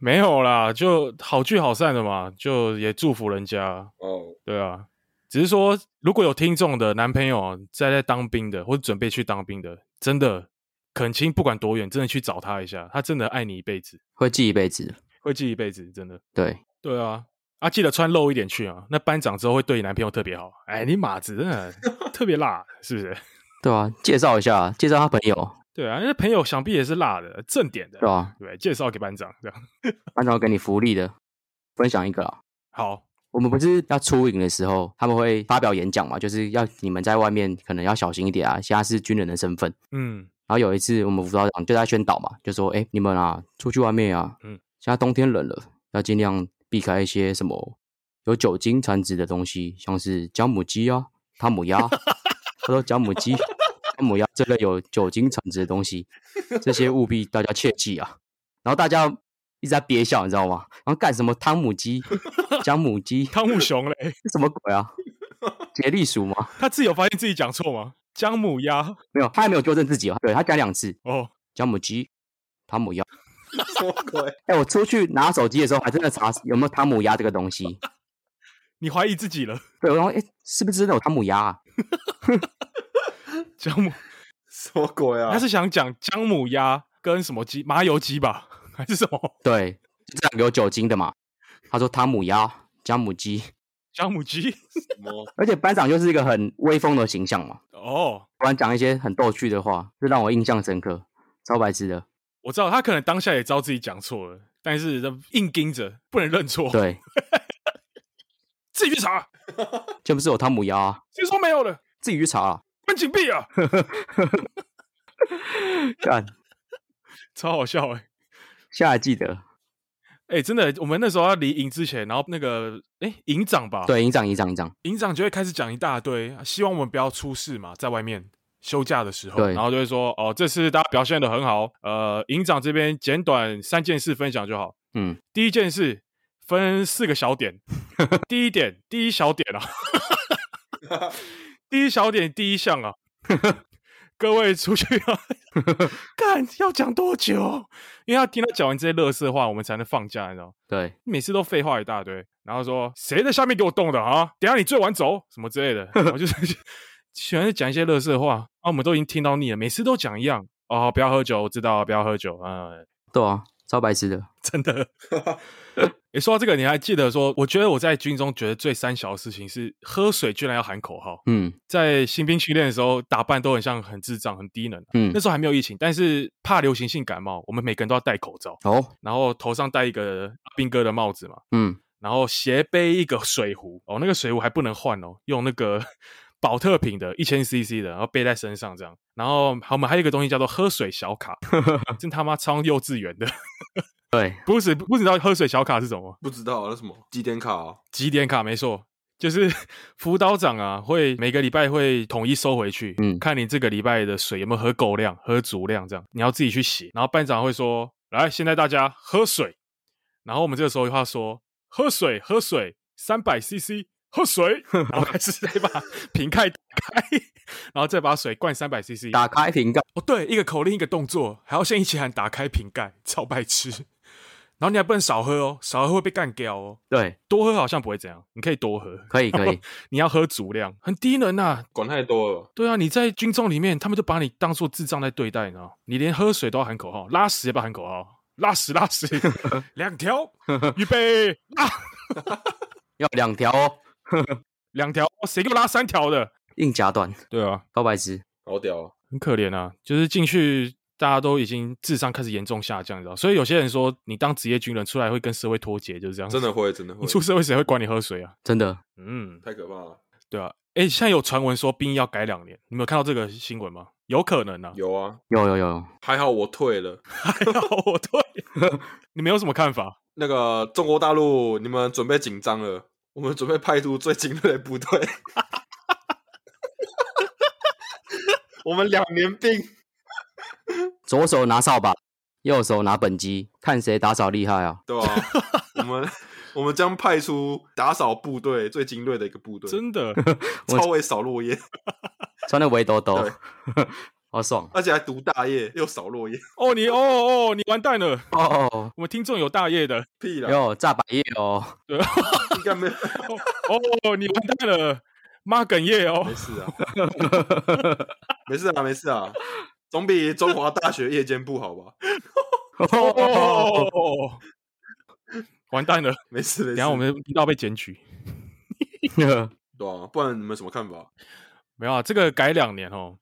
Speaker 2: 没有啦，就好聚好散的嘛，就也祝福人家，
Speaker 1: 哦，
Speaker 2: 对啊。只是说，如果有听众的男朋友在在当兵的，或者准备去当兵的，真的恳亲，不管多远，真的去找他一下，他真的爱你一辈子，
Speaker 3: 会记一辈子。
Speaker 2: 会记一辈子，真的。
Speaker 3: 对，
Speaker 2: 对啊，啊，记得穿露一点去啊，那班长之后会对你男朋友特别好。哎，你马子真的特别辣， 是不是？
Speaker 3: 对啊，介绍一下，介绍他朋友，
Speaker 2: 对啊，那朋友想必也是辣的，正点的，
Speaker 3: 对吧？
Speaker 2: 对，介绍给班长这样。
Speaker 3: 班长给你福利的，分享一个啦。
Speaker 2: 好，
Speaker 3: 我们不是要出营的时候，他们会发表演讲嘛，就是要你们在外面可能要小心一点啊，现在是军人的身份。
Speaker 2: 嗯，
Speaker 3: 然后有一次，我们辅导长就在宣导嘛，就说：“哎，你们啊，出去外面啊，
Speaker 2: 嗯
Speaker 3: 嗯，现在冬天冷了，要尽量避开一些什么有酒精残值的东西，像是姜母鸡啊、汤姆鸭。”他说：“姜母鸡、汤姆鸭这类有酒精残值的东西，这些务必大家切记啊。”然后大家一直在憋笑，你知道吗？然后干什么汤姆鸡、姜母鸡，
Speaker 2: 汤姆熊嘞，
Speaker 3: 这什么鬼啊？杰利鼠吗？
Speaker 2: 他自己有发现自己讲错吗？姜母鸭
Speaker 3: 没有，他还没有纠正自己哦。对他讲两次，
Speaker 2: 哦，
Speaker 3: 姜母鸡、汤姆鸭。
Speaker 1: 什么鬼？
Speaker 3: 哎、我出去拿手机的时候，还真的查有没有汤姆鸭这个东西。
Speaker 2: 你怀疑自己了，
Speaker 3: 对，然后哎，是不是真的有汤姆鸭、啊？
Speaker 2: 姜母，
Speaker 1: 什么鬼啊？
Speaker 2: 他是想讲姜母鸭跟什么鸡麻油鸡吧， 还是什么
Speaker 3: 对，这两个有酒精的嘛。他说汤姆鸭、姜母鸡，
Speaker 2: 姜母鸡？
Speaker 1: 什么？
Speaker 3: 而且班长就是一个很威风的形象嘛，
Speaker 2: 哦，
Speaker 3: 突然讲一些很逗趣的话，这让我印象深刻，超白痴的。
Speaker 2: 我知道他可能当下也知道自己讲错了，但是硬盯着不能认错，
Speaker 3: 对，
Speaker 2: 自己去查，
Speaker 3: 这不是有汤姆鸭、啊，
Speaker 2: 谁说没有了？
Speaker 3: 自己去查啊。
Speaker 2: 关紧闭啊！
Speaker 3: 干，
Speaker 2: 超好笑哎、
Speaker 3: 现在记得。
Speaker 2: 哎、真的，我们那时候要离营之前，然后那个哎营长吧，，
Speaker 3: 对，营长，营长，营长，
Speaker 2: 营长就会开始讲一大堆，啊希望我们不要出事嘛，在外面休假的时候，
Speaker 3: 对
Speaker 2: 然后就会说哦，这次大家表现的很好，呃，营长这边简短三件事分享就好。
Speaker 3: 嗯，
Speaker 2: 第一件事分四个小点，第一点，第一小点啊，啊第一小点第一项啊，各位出去啊，看要讲多久？因为要听他讲完这些乐色话，我们才能放假，你知道吗。
Speaker 3: 对，
Speaker 2: 每次都废话一大堆，然后说谁在下面给我动的啊？等一下你最晚走什么之类的，我就是 喜欢讲一些乐色话啊，我们都已经听到腻了，每次都讲一样哦，不要喝酒，我知道，不要喝酒，嗯，
Speaker 3: 对啊，超白痴的。
Speaker 2: 真的。你、说到这个，你还记得说，我觉得我在军中觉得最三小的事情是喝水居然要喊口号，
Speaker 3: 嗯
Speaker 2: 在新兵训练的时候打扮都很像很智障、很低能、啊
Speaker 3: 嗯
Speaker 2: 那，时候还没有疫情，但是怕流行性感冒，我们每个人都要戴口罩，
Speaker 3: 哦，
Speaker 2: 然后头上戴一个阿兵哥的帽子嘛，
Speaker 3: 嗯，
Speaker 2: 然后斜背一个水壶哦，那个水壶还不能换哦，用那个 宝特瓶的一千 CC 的，然后背在身上这样。然后好我们还有一个东西叫做喝水小卡，真他妈超幼稚园的。
Speaker 3: 对，
Speaker 2: 不是不知道喝水小卡是什么？
Speaker 1: 不知道那什么几点卡、啊？
Speaker 2: 几点卡？没错，就是 辅导长啊，会每个礼拜会统一收回去，
Speaker 3: 嗯
Speaker 2: 看你这个礼拜的水有没有喝够量、喝足量，这样你要自己去洗。然后班长会说：“来，现在大家喝水。”然后我们这个时候他说：“喝水，喝水，三百 CC，喝 水。”然后开始再把瓶盖打开，然后再把水灌三百 CC。
Speaker 3: 打开瓶盖，
Speaker 2: 哦，对，一个口令一个动作，还要先一起喊打开瓶盖，超白痴。然后你还不能少喝哦，少喝会被干掉哦。
Speaker 3: 对，
Speaker 2: 多喝好像不会怎样，你可以多喝，
Speaker 3: 可以可以，
Speaker 2: 你要喝足量，很低能呐、啊。
Speaker 1: 管太多了吧，
Speaker 2: 对啊，你在军中里面，他们就把你当做智障在对待，你知道吗？你连喝水都要喊口号，拉屎也不要喊口号，拉屎 拉屎，两条，预备啊，
Speaker 3: 要两条哦，
Speaker 2: 两条，谁给我拉三条的？
Speaker 3: 硬夹短，
Speaker 2: 对啊，
Speaker 3: 高白痴，
Speaker 1: 好屌、啊！
Speaker 2: 很可怜啊，就是进去。大家都已经智商开始严重下降，你知道，所以有些人说你当职业军人出来会跟社会脱节，就是这样。
Speaker 1: 真的，会，真的会
Speaker 2: 你，出社会谁会管你喝水啊？
Speaker 3: 真的
Speaker 2: 嗯，
Speaker 1: 太可怕了。
Speaker 2: 对啊，哎、现在有传闻说兵役要改两年，你们有看到这个新闻吗？有可能啊，
Speaker 1: 有啊，
Speaker 3: 有有有，
Speaker 1: 还好我退了。
Speaker 2: 还 好我对，你们有什么看法？
Speaker 1: 那个中国大陆，你们准备紧张了，我们准备派出最精锐的部队。 我们两年兵，
Speaker 3: 左手拿扫把，右手拿本机，看谁打扫厉害啊！
Speaker 1: 对吧、 我们我们将派出打扫部队最精锐的一个部队，
Speaker 2: 真的，
Speaker 1: 超会扫落叶，
Speaker 3: 穿的围兜兜
Speaker 1: 对，
Speaker 3: 好爽
Speaker 1: 而且还读大业又扫落叶，
Speaker 2: 哦，你哦哦，你完蛋了！
Speaker 3: 哦！
Speaker 2: 我们听众有大业的，
Speaker 1: 屁啦，
Speaker 3: 哟，炸百叶哦，
Speaker 2: 对，
Speaker 1: 应该没有，
Speaker 2: 哦，你完蛋了，妈哽咽哦
Speaker 1: 没，事啊，没事啊，没事啊，总比中华大学夜间部好吧？
Speaker 3: 哦，
Speaker 2: 哦，完蛋了，
Speaker 1: 没事没事，
Speaker 2: 等一下我们频道被检举。
Speaker 1: 对啊，不然你们什么看法？
Speaker 2: 没有啊，这个改两年哦，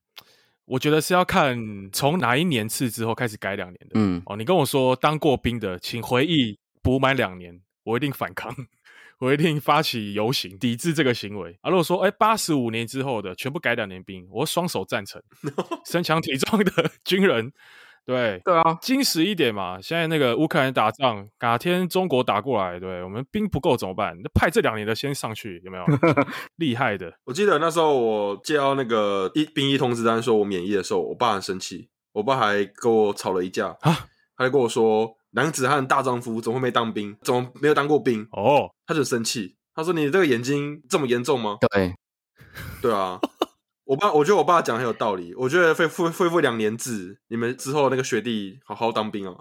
Speaker 2: 我觉得是要看从哪一年次之后开始改两年的。
Speaker 3: 嗯，
Speaker 2: 哦，你跟我说当过兵的，请回忆补满两年，我一定反抗，我一定发起游行抵制这个行为。啊，如果说哎八十五年之后的全部改两年兵，我双手赞成，身强体壮的 军人，对。
Speaker 3: 对啊，
Speaker 2: 矜持一点嘛！现在那个乌克兰打仗，哪天中国打过来，对我们兵不够怎么办？那派这两年的先上去，有没有厉害的？
Speaker 1: 我记得那时候我接到那个一兵役通知单，说我免役的时候，我爸很生气，我爸还跟我吵了一架
Speaker 2: 啊，
Speaker 1: 他就跟我说：“男子汉大丈夫，怎么会没当兵？怎么没有当过兵
Speaker 2: 哦，？”
Speaker 1: 他就生气，他说：“你这个眼睛这么严重吗
Speaker 3: 对，？”
Speaker 1: 对啊，我爸，我觉得我爸讲得很有道理，我觉得恢复恢复两年制，你们之后那个学弟好好当兵啊，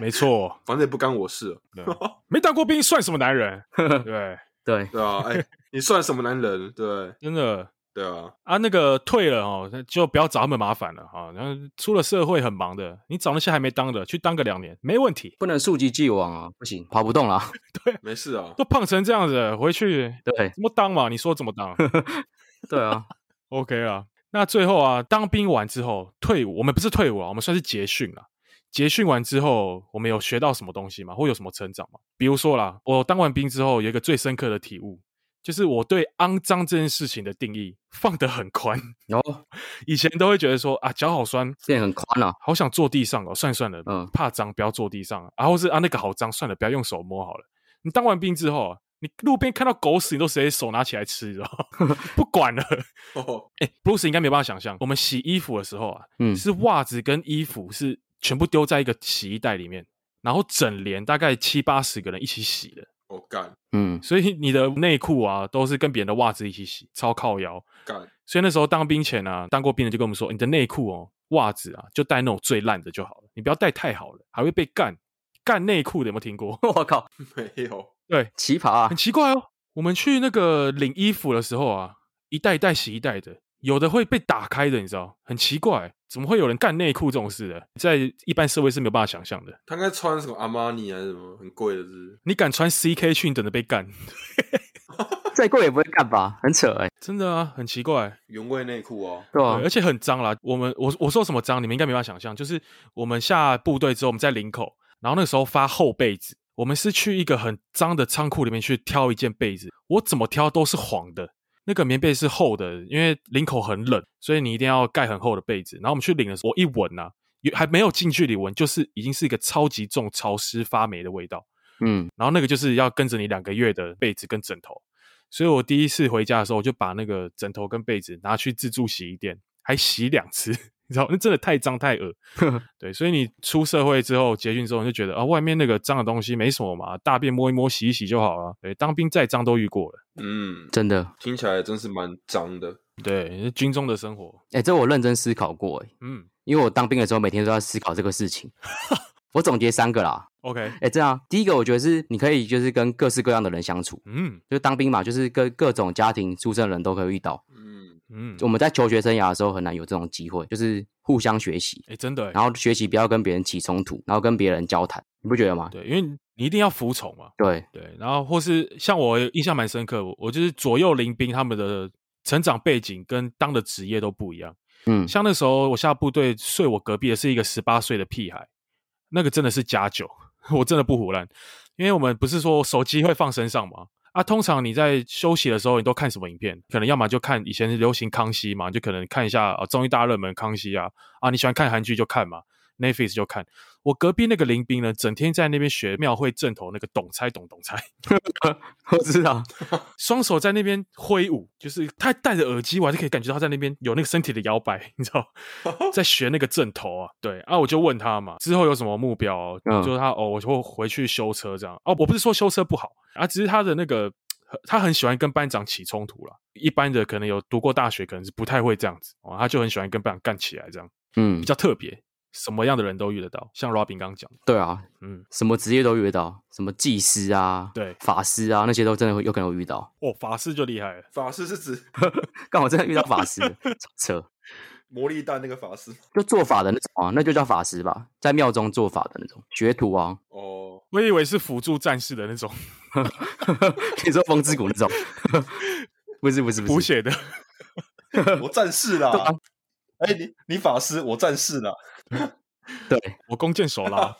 Speaker 2: 没错，
Speaker 1: 反正也不干我事了，
Speaker 2: 对没当过兵算什么男人？对，
Speaker 3: 对，
Speaker 1: 对啊，哎、你算什么男人？对
Speaker 2: 真的
Speaker 1: 对啊，
Speaker 2: 啊，那个退了哦，那就不要找他们麻烦了啊。然后出了社会很忙的，你找那些还没当的去当个两年没问题。
Speaker 3: 不能溯及既往啊，不行，跑不动啦。
Speaker 1: 没事啊，
Speaker 2: 都胖成这样子，回去
Speaker 3: 对，
Speaker 2: 怎么当嘛？你说怎么当
Speaker 3: 对啊，
Speaker 2: ？OK 啊。那最后啊，当兵完之后退伍，我们不是退伍啊，我们算是结训了。结训完之后，我们有学到什么东西吗？或有什么成长吗？比如说啦，我当完兵之后有一个最深刻的体悟，就是我对肮脏这件事情的定义放得很宽。
Speaker 3: 然后
Speaker 2: 以前都会觉得说啊，脚好酸，
Speaker 3: 变很宽啊了，
Speaker 2: 好想坐地上哦，算了算了，
Speaker 3: 嗯
Speaker 2: 怕脏不要坐地上，啊，或是啊那个好脏，算了不要用手摸好了。你当完兵之后啊，你路边看到狗屎，你都直接手拿起来吃，你知道吗？ 不管了。
Speaker 1: 哦，
Speaker 2: 哎、b r u c e 应该没办法想象，我们洗衣服的时候啊，
Speaker 3: 嗯，
Speaker 2: 是袜子跟衣服是全部丢在一个洗衣袋里面，然后整连大概七八十个人一起洗的，
Speaker 1: 我哦干
Speaker 3: 嗯，？
Speaker 2: 所以你的内裤啊都是跟别人的袜子一起洗，超靠腰。
Speaker 1: 干，
Speaker 2: 所以那时候当兵前啊，当过兵的就跟我们说，你的内裤哦、袜子啊，就带那种最烂的就好了，你不要带太好了，还会被干。干内裤的有没有听过
Speaker 3: 我靠，
Speaker 1: 没有。
Speaker 2: 对，
Speaker 3: 奇葩啊
Speaker 2: 很，奇怪哦。我们去那个领衣服的时候啊，一袋一袋洗一袋的，有的会被打开的，你知道，很奇怪，怎么会有人干内裤这种事的？在一般社会是没有办法想象的。
Speaker 1: 他应该穿什么阿玛尼还是什么很贵的是不是
Speaker 2: 你敢穿 CK 去，你等着被干，
Speaker 3: 再贵也不会干吧？很扯哎，
Speaker 2: 真的啊，很奇怪。
Speaker 1: 原味内裤哦，
Speaker 3: 对啊吧
Speaker 2: 对，？而且很脏啦。我们我我说什么脏，你们应该没办法想象。就是我们下部队之后，我们在林口，然后那个时候发厚被子，我们是去一个很脏的仓库里面去挑一件被子，我怎么挑都是黄的。那个棉被是厚的，因为林口很冷，所以你一定要盖很厚的被子。然后我们去领的时候，我一闻啊，有还没有近距离闻，就是已经是一个超级重、潮湿发霉的味道。
Speaker 3: 嗯，
Speaker 2: 然后那个就是要跟着你两个月的被子跟枕头。所以我第一次回家的时候，我就把那个枕头跟被子拿去自助洗衣店，还洗两次， 你知道，那真的太脏太恶。对，所以你出社会之后，结训之后，你就觉得啊，外面那个脏的东西没什么嘛，大便摸一摸、洗一洗就好了。对，当兵再脏都遇过了。
Speaker 1: 嗯，
Speaker 3: 真的，
Speaker 1: 听起来真是蛮脏的。
Speaker 2: 对，军中的生活，
Speaker 3: 哎，这我认真思考过哎，
Speaker 2: 嗯
Speaker 3: 因为我当兵的时候每天都在思考这个事情。我总结三个啦，
Speaker 2: ，OK，
Speaker 3: 哎，这样第一个我觉得是你可以就是跟各式各样的人相处，
Speaker 2: 嗯
Speaker 3: 就是当兵嘛，就是跟各种家庭出身的人都可以遇到。
Speaker 1: 嗯，
Speaker 2: 嗯，
Speaker 3: 我们在求学生涯的时候很难有这种机会，就是互相学习，
Speaker 2: 哎，真的
Speaker 3: 然
Speaker 2: 欸，
Speaker 3: 后学习不要跟别人起冲突，然后跟别人交谈，你不觉得吗？
Speaker 2: 欸对，因为你一定要服从嘛。
Speaker 3: 对，
Speaker 2: 对，然后或是像我印象蛮深刻，我我就是左右邻兵他们的成长背景跟当的职业都不一样。
Speaker 3: 嗯，
Speaker 2: 像那时候我下部队睡我隔壁的是一个十八岁的屁孩， 那个真的是假酒，我真的不胡乱，因为我们不是说手机会放身上吗？啊，通常你在休息的时候，你都看什么影片？可能要么就看以前流行康熙嘛，你就可能看一下啊，综艺大热门康熙啊，啊，你喜欢看韩剧就看嘛，Netflix 就看。我隔壁那个林斌呢，整天在那边学庙会正头那个懂猜懂懂猜，
Speaker 3: 我知道，
Speaker 2: 双手在那边挥舞，就是他戴着耳机，我还是可以感觉到他在那边有那个身体的摇摆，你知 道，在学那个正头啊。对啊，我就问他嘛，之后有什么目标哦？
Speaker 3: 嗯
Speaker 2: 就是他哦，我就会回去修车这样。哦，我不是说修车不好啊，只是他的那个呃他很喜欢跟班长起冲突啦。一般的可能有读过大学，可能是不太会这样子哦，他就很喜欢跟班长干起来这样，
Speaker 3: 嗯
Speaker 2: 比，较特别，什么样的人都遇得到。像 Robin 刚刚讲的，
Speaker 3: 对啊，
Speaker 2: 嗯。
Speaker 3: 什么职业都遇得到，什么技师啊，
Speaker 2: 对
Speaker 3: 法师啊，那些都真的会有可能会遇 到。
Speaker 2: 哦，法师就厉害了，
Speaker 1: 法师是指
Speaker 3: 刚好真的遇到法师，超扯，
Speaker 1: 魔力弹那个法师
Speaker 3: 就做法的那种啊，那就叫法师吧，在庙中做法的那种学徒啊，
Speaker 1: 哦，
Speaker 2: 我以为是辅助战士的那种
Speaker 3: 你说风之谷那种， 不是不是
Speaker 2: 补
Speaker 3: 不是，
Speaker 2: 血的，
Speaker 1: 我战士啦。哎、你你法师，我战士啦。
Speaker 3: 对，
Speaker 2: 我弓箭手啦，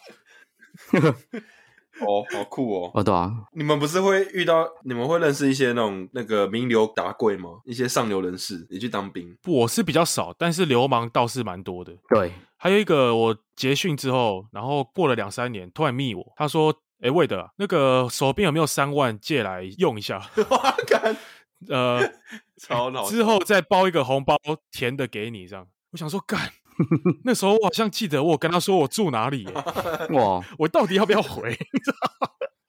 Speaker 1: 哦，好酷哦！
Speaker 3: 哦对啊，
Speaker 1: 你们不是会遇到，你们会认识一些那种那个名流达贵吗？一些上流人士，你去当兵，
Speaker 2: 我是比较少，但是流氓倒是蛮多的。
Speaker 3: 对，
Speaker 2: 还有一个，我结训之后，然后过了两三年，突然密我，他说：“哎、魏德啊，那个手边有没有三万借来用一下？
Speaker 1: 哇， 干，
Speaker 2: 呃，
Speaker 1: 超老
Speaker 2: 之后再包一个红包甜的给你。”这样，我想说干。那时候我好像记得我有跟他说我住哪 里、耶
Speaker 3: 哇，
Speaker 2: 我到底要不要回？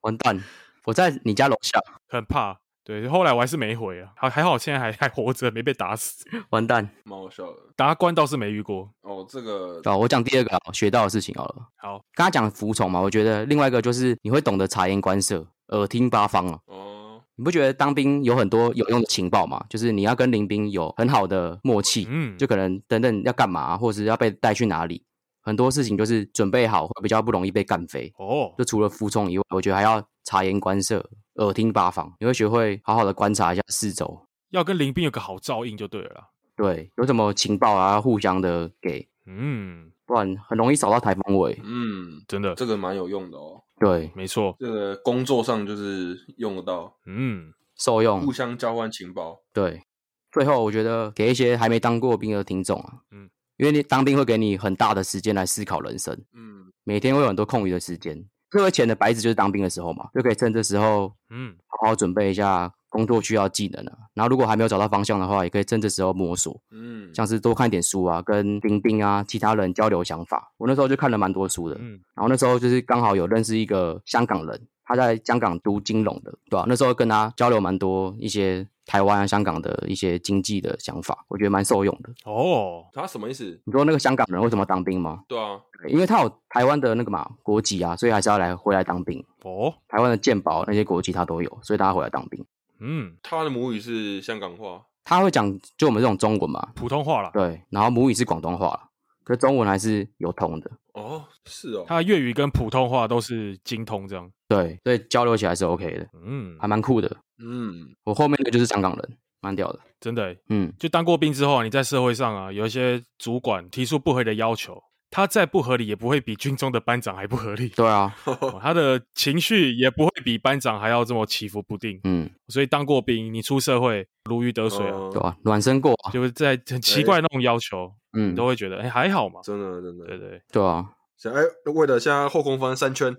Speaker 3: 完蛋，我在你家楼下，
Speaker 2: 很怕。对，后来我还是没回啊，还还好，我现在还还活着，没被打死。
Speaker 3: 完蛋，
Speaker 1: 蛮好笑的。
Speaker 2: 达官倒是没遇过。
Speaker 1: 哦，这个
Speaker 3: 哦，我讲第二个啊学到的事情好了，
Speaker 2: 好，
Speaker 3: 刚刚讲服从嘛，我觉得另外一个就是你会懂得察言观色，耳听八方啊。
Speaker 1: 哦，
Speaker 3: 你不觉得当兵有很多有用的情报吗？就是你要跟林兵有很好的默契，
Speaker 2: 嗯，
Speaker 3: 就可能等等要干嘛、或者是要被带去哪里，很多事情就是准备好会比较不容易被干飞。
Speaker 2: 哦，
Speaker 3: 就除了服从以外，我觉得还要察言观色、耳听八方，你会学会好好的观察一下四周，
Speaker 2: 要跟林斌有个好照应就对了啦。
Speaker 3: 对，有什么情报啊，要互相的给，
Speaker 2: 嗯，
Speaker 3: 不然很容易扫到台风尾。
Speaker 1: 嗯，
Speaker 2: 真的，
Speaker 1: 这个蛮有用的哦。
Speaker 3: 对，
Speaker 2: 没错。
Speaker 1: 这个工作上就是用得到，
Speaker 2: 嗯，
Speaker 3: 受用
Speaker 1: 互。相交换情报。
Speaker 3: 对，最后我觉得给一些还没当过兵的听众啊，
Speaker 2: 嗯
Speaker 3: 嗯，因为你当兵会给你很大的时间来思考人生。
Speaker 1: 嗯，
Speaker 3: 每天会有很多空余的时间。最为钱的白纸就是当兵的时候嘛，就可以趁这时候
Speaker 2: 嗯，
Speaker 3: 好好准备一下工作需要的技能啊。然后如果还没有找到方向的话，也可以趁这时候摸索，
Speaker 1: 嗯，
Speaker 3: 像是多看一点书啊，跟兵兵啊、其他人交流想法。我那时候就看了蛮多书的，
Speaker 2: 嗯
Speaker 3: 然后那时候就是刚好有认识一个香港人，他在香港读金融的，对吧、那时候跟他交流蛮多一些台湾啊、香港的一些经济的想法，我觉得蛮受用的。
Speaker 2: 哦，
Speaker 1: 他什么意思？
Speaker 3: 你说那个香港人为什么当兵吗？
Speaker 1: 对啊，
Speaker 3: 因为他有台湾的那个嘛国籍啊，所以还是要来回来当兵。
Speaker 2: 哦，
Speaker 3: 台湾的健保那些国籍他都有，所以他回来当兵。
Speaker 2: 嗯，
Speaker 1: 他的母语是香港话，
Speaker 3: 他会讲就我们这种中文嘛，
Speaker 2: 普通话啦。
Speaker 3: 对，然后母语是广东话啦，可是中文还是有通的，
Speaker 1: 哦，是哦，
Speaker 2: 他粤语跟普通话都是精通这样。
Speaker 3: 对，所以交流起来是 OK 的，
Speaker 2: 嗯
Speaker 3: 还，蛮酷的。
Speaker 1: 嗯，
Speaker 3: 我后面的就是香港人，蛮屌的。
Speaker 2: 真的欸，
Speaker 3: 嗯，
Speaker 2: 就当过兵之后啊，你在社会上啊，有一些主管提出不合理的要求，他再不合理也不会比军中的班长还不 合理。
Speaker 3: 对啊，
Speaker 2: 哦他的情绪也不会比班长还要这么起伏不定，
Speaker 3: 嗯，
Speaker 2: 所以当过兵，你出社会如鱼得水啊，
Speaker 1: 嗯
Speaker 3: 对啊，暖身过啊，
Speaker 2: 就是在很奇怪那种要求，
Speaker 3: 嗯
Speaker 2: 你，都会觉得哎、还好嘛，
Speaker 1: 真的真
Speaker 2: 对
Speaker 1: 的，
Speaker 2: 对，
Speaker 3: 对啊，
Speaker 1: 想哎，为了现在后空翻三 圈，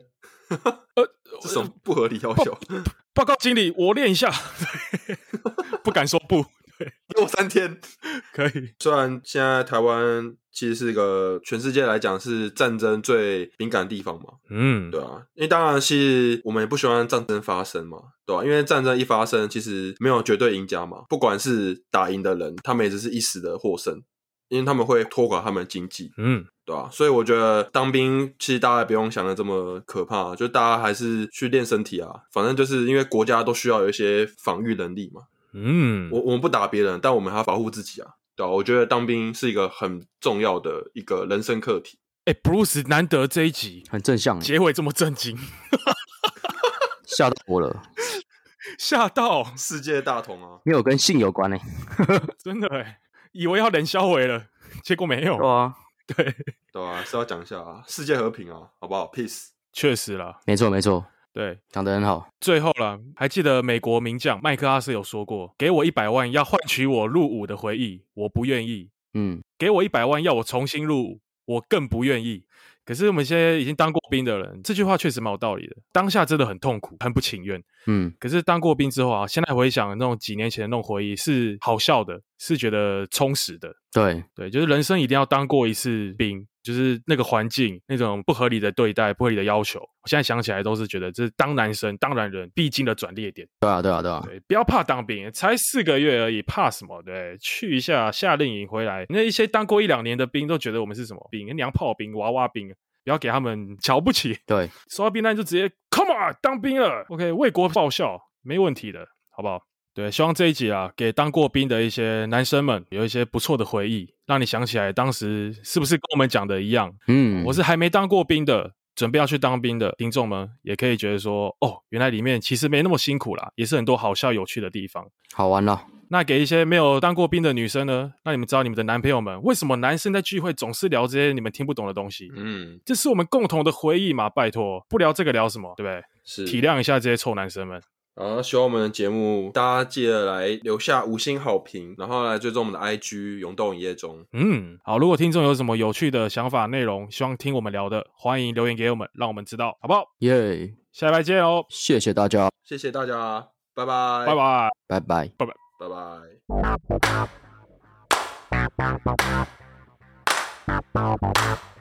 Speaker 1: 这种不合理要
Speaker 2: 呃
Speaker 1: 求，
Speaker 2: 报告经理，我练一下， 不敢说不，呃
Speaker 1: 给我三天。
Speaker 2: 可以，
Speaker 1: 虽然现在台湾其实是一个全世界来讲是战争最敏感的地方嘛，
Speaker 2: 嗯，
Speaker 1: 对啊，因为当然是我们也不喜欢战争发生嘛，对啊吧、因为战争一发生，其实没有绝对赢家嘛，不管是打赢的人，他们也只是一时的获胜，因为他们会拖垮他们的经济。
Speaker 2: 嗯，
Speaker 1: 对吧、所以我觉得当兵其实大家不用想的这么可怕，就大家还是去练身体啊。反正就是因为国家都需要有一些防御能力嘛。
Speaker 2: 嗯，
Speaker 1: 我我们不打别人，但我们还要保护自己啊，对吧、我觉得当兵是一个很重要的一个人生课题。
Speaker 2: 哎、b r u c e 难得这一集
Speaker 3: 很正向，欸
Speaker 2: 结尾这么震惊，
Speaker 3: 吓到我了，
Speaker 2: 吓到，
Speaker 1: 世界大同啊，
Speaker 3: 没有跟性有关呢、欸
Speaker 2: 真的哎，以为要冷销毁了，结果没
Speaker 3: 对
Speaker 1: 哦
Speaker 2: 有，
Speaker 3: 啊，
Speaker 1: 哦对吧、是要讲一下啊，世界和平啊，好不好？Peace。
Speaker 2: 确实啦，
Speaker 3: 没错没错，
Speaker 2: 对，
Speaker 3: 讲得很好，
Speaker 2: 最后了，还记得美国名将麦克阿瑟有说过：“给我一百万，要换取我入伍的回忆，我不愿意；
Speaker 3: 嗯，
Speaker 2: 给我一百万，要我重新入伍，我更不愿意。”可是我们现在已经当过兵的人，这句话确实蛮有道理的。当下真的很痛苦，很不情愿。
Speaker 3: 嗯，
Speaker 2: 可是当过兵之后啊，现在回想那种几年前的那种回忆，是好笑的，是觉得充实的。
Speaker 3: 对，
Speaker 2: 对，就是人生一定要当过一次兵，就是那个环境、那种不合理的对待、不合理的要求，我现在想起来都是觉得这是当男生、当男人必经的转捩点。
Speaker 3: 对啊，对啊，对啊，
Speaker 2: 对，不要怕当兵，才四个月而已，怕什么？对，去一下夏令营回来，那一些当过一两年的兵都觉得我们是什么兵？娘炮兵、娃娃兵，不要给他们瞧不起。
Speaker 3: 对，
Speaker 2: 收到兵单就直接 come on 当兵了，OK 为国报效没问题的，好不好？对，希望这一集啊，给当过兵的一些男生们有一些不错的回忆，让你想起来当时是不是跟我们讲的一样？
Speaker 3: 嗯，
Speaker 2: 我是还没当过兵的，准备要去当兵的听众们，也可以觉得说，哦，原来里面其实没那么辛苦啦，也是很多好笑有趣的地方。
Speaker 3: 好玩了，
Speaker 2: 那给一些没有当过兵的女生呢，让你们知道你们的男朋友们为什么男生在聚会总是聊这些你们听不懂的东西，
Speaker 1: 嗯，
Speaker 2: 这是我们共同的回忆嘛，拜托，不聊这个聊什么，对不对？
Speaker 1: 是
Speaker 2: 体谅一下这些臭男生们。
Speaker 1: 然后喜欢我们的节目，大家记得来留下五星好评，然后来追踪我们的 IG 永动影业中。
Speaker 2: 嗯，好，如果听众有什么有趣的想法、内容，希望听我们聊的，欢迎留言给我们，让我们知道，好不好？
Speaker 3: 耶、
Speaker 2: 下礼拜见哦，
Speaker 3: 谢谢大家，
Speaker 1: 谢谢大家，拜拜，
Speaker 2: 拜，拜。
Speaker 3: 拜拜。
Speaker 1: 拜拜。
Speaker 4: Thank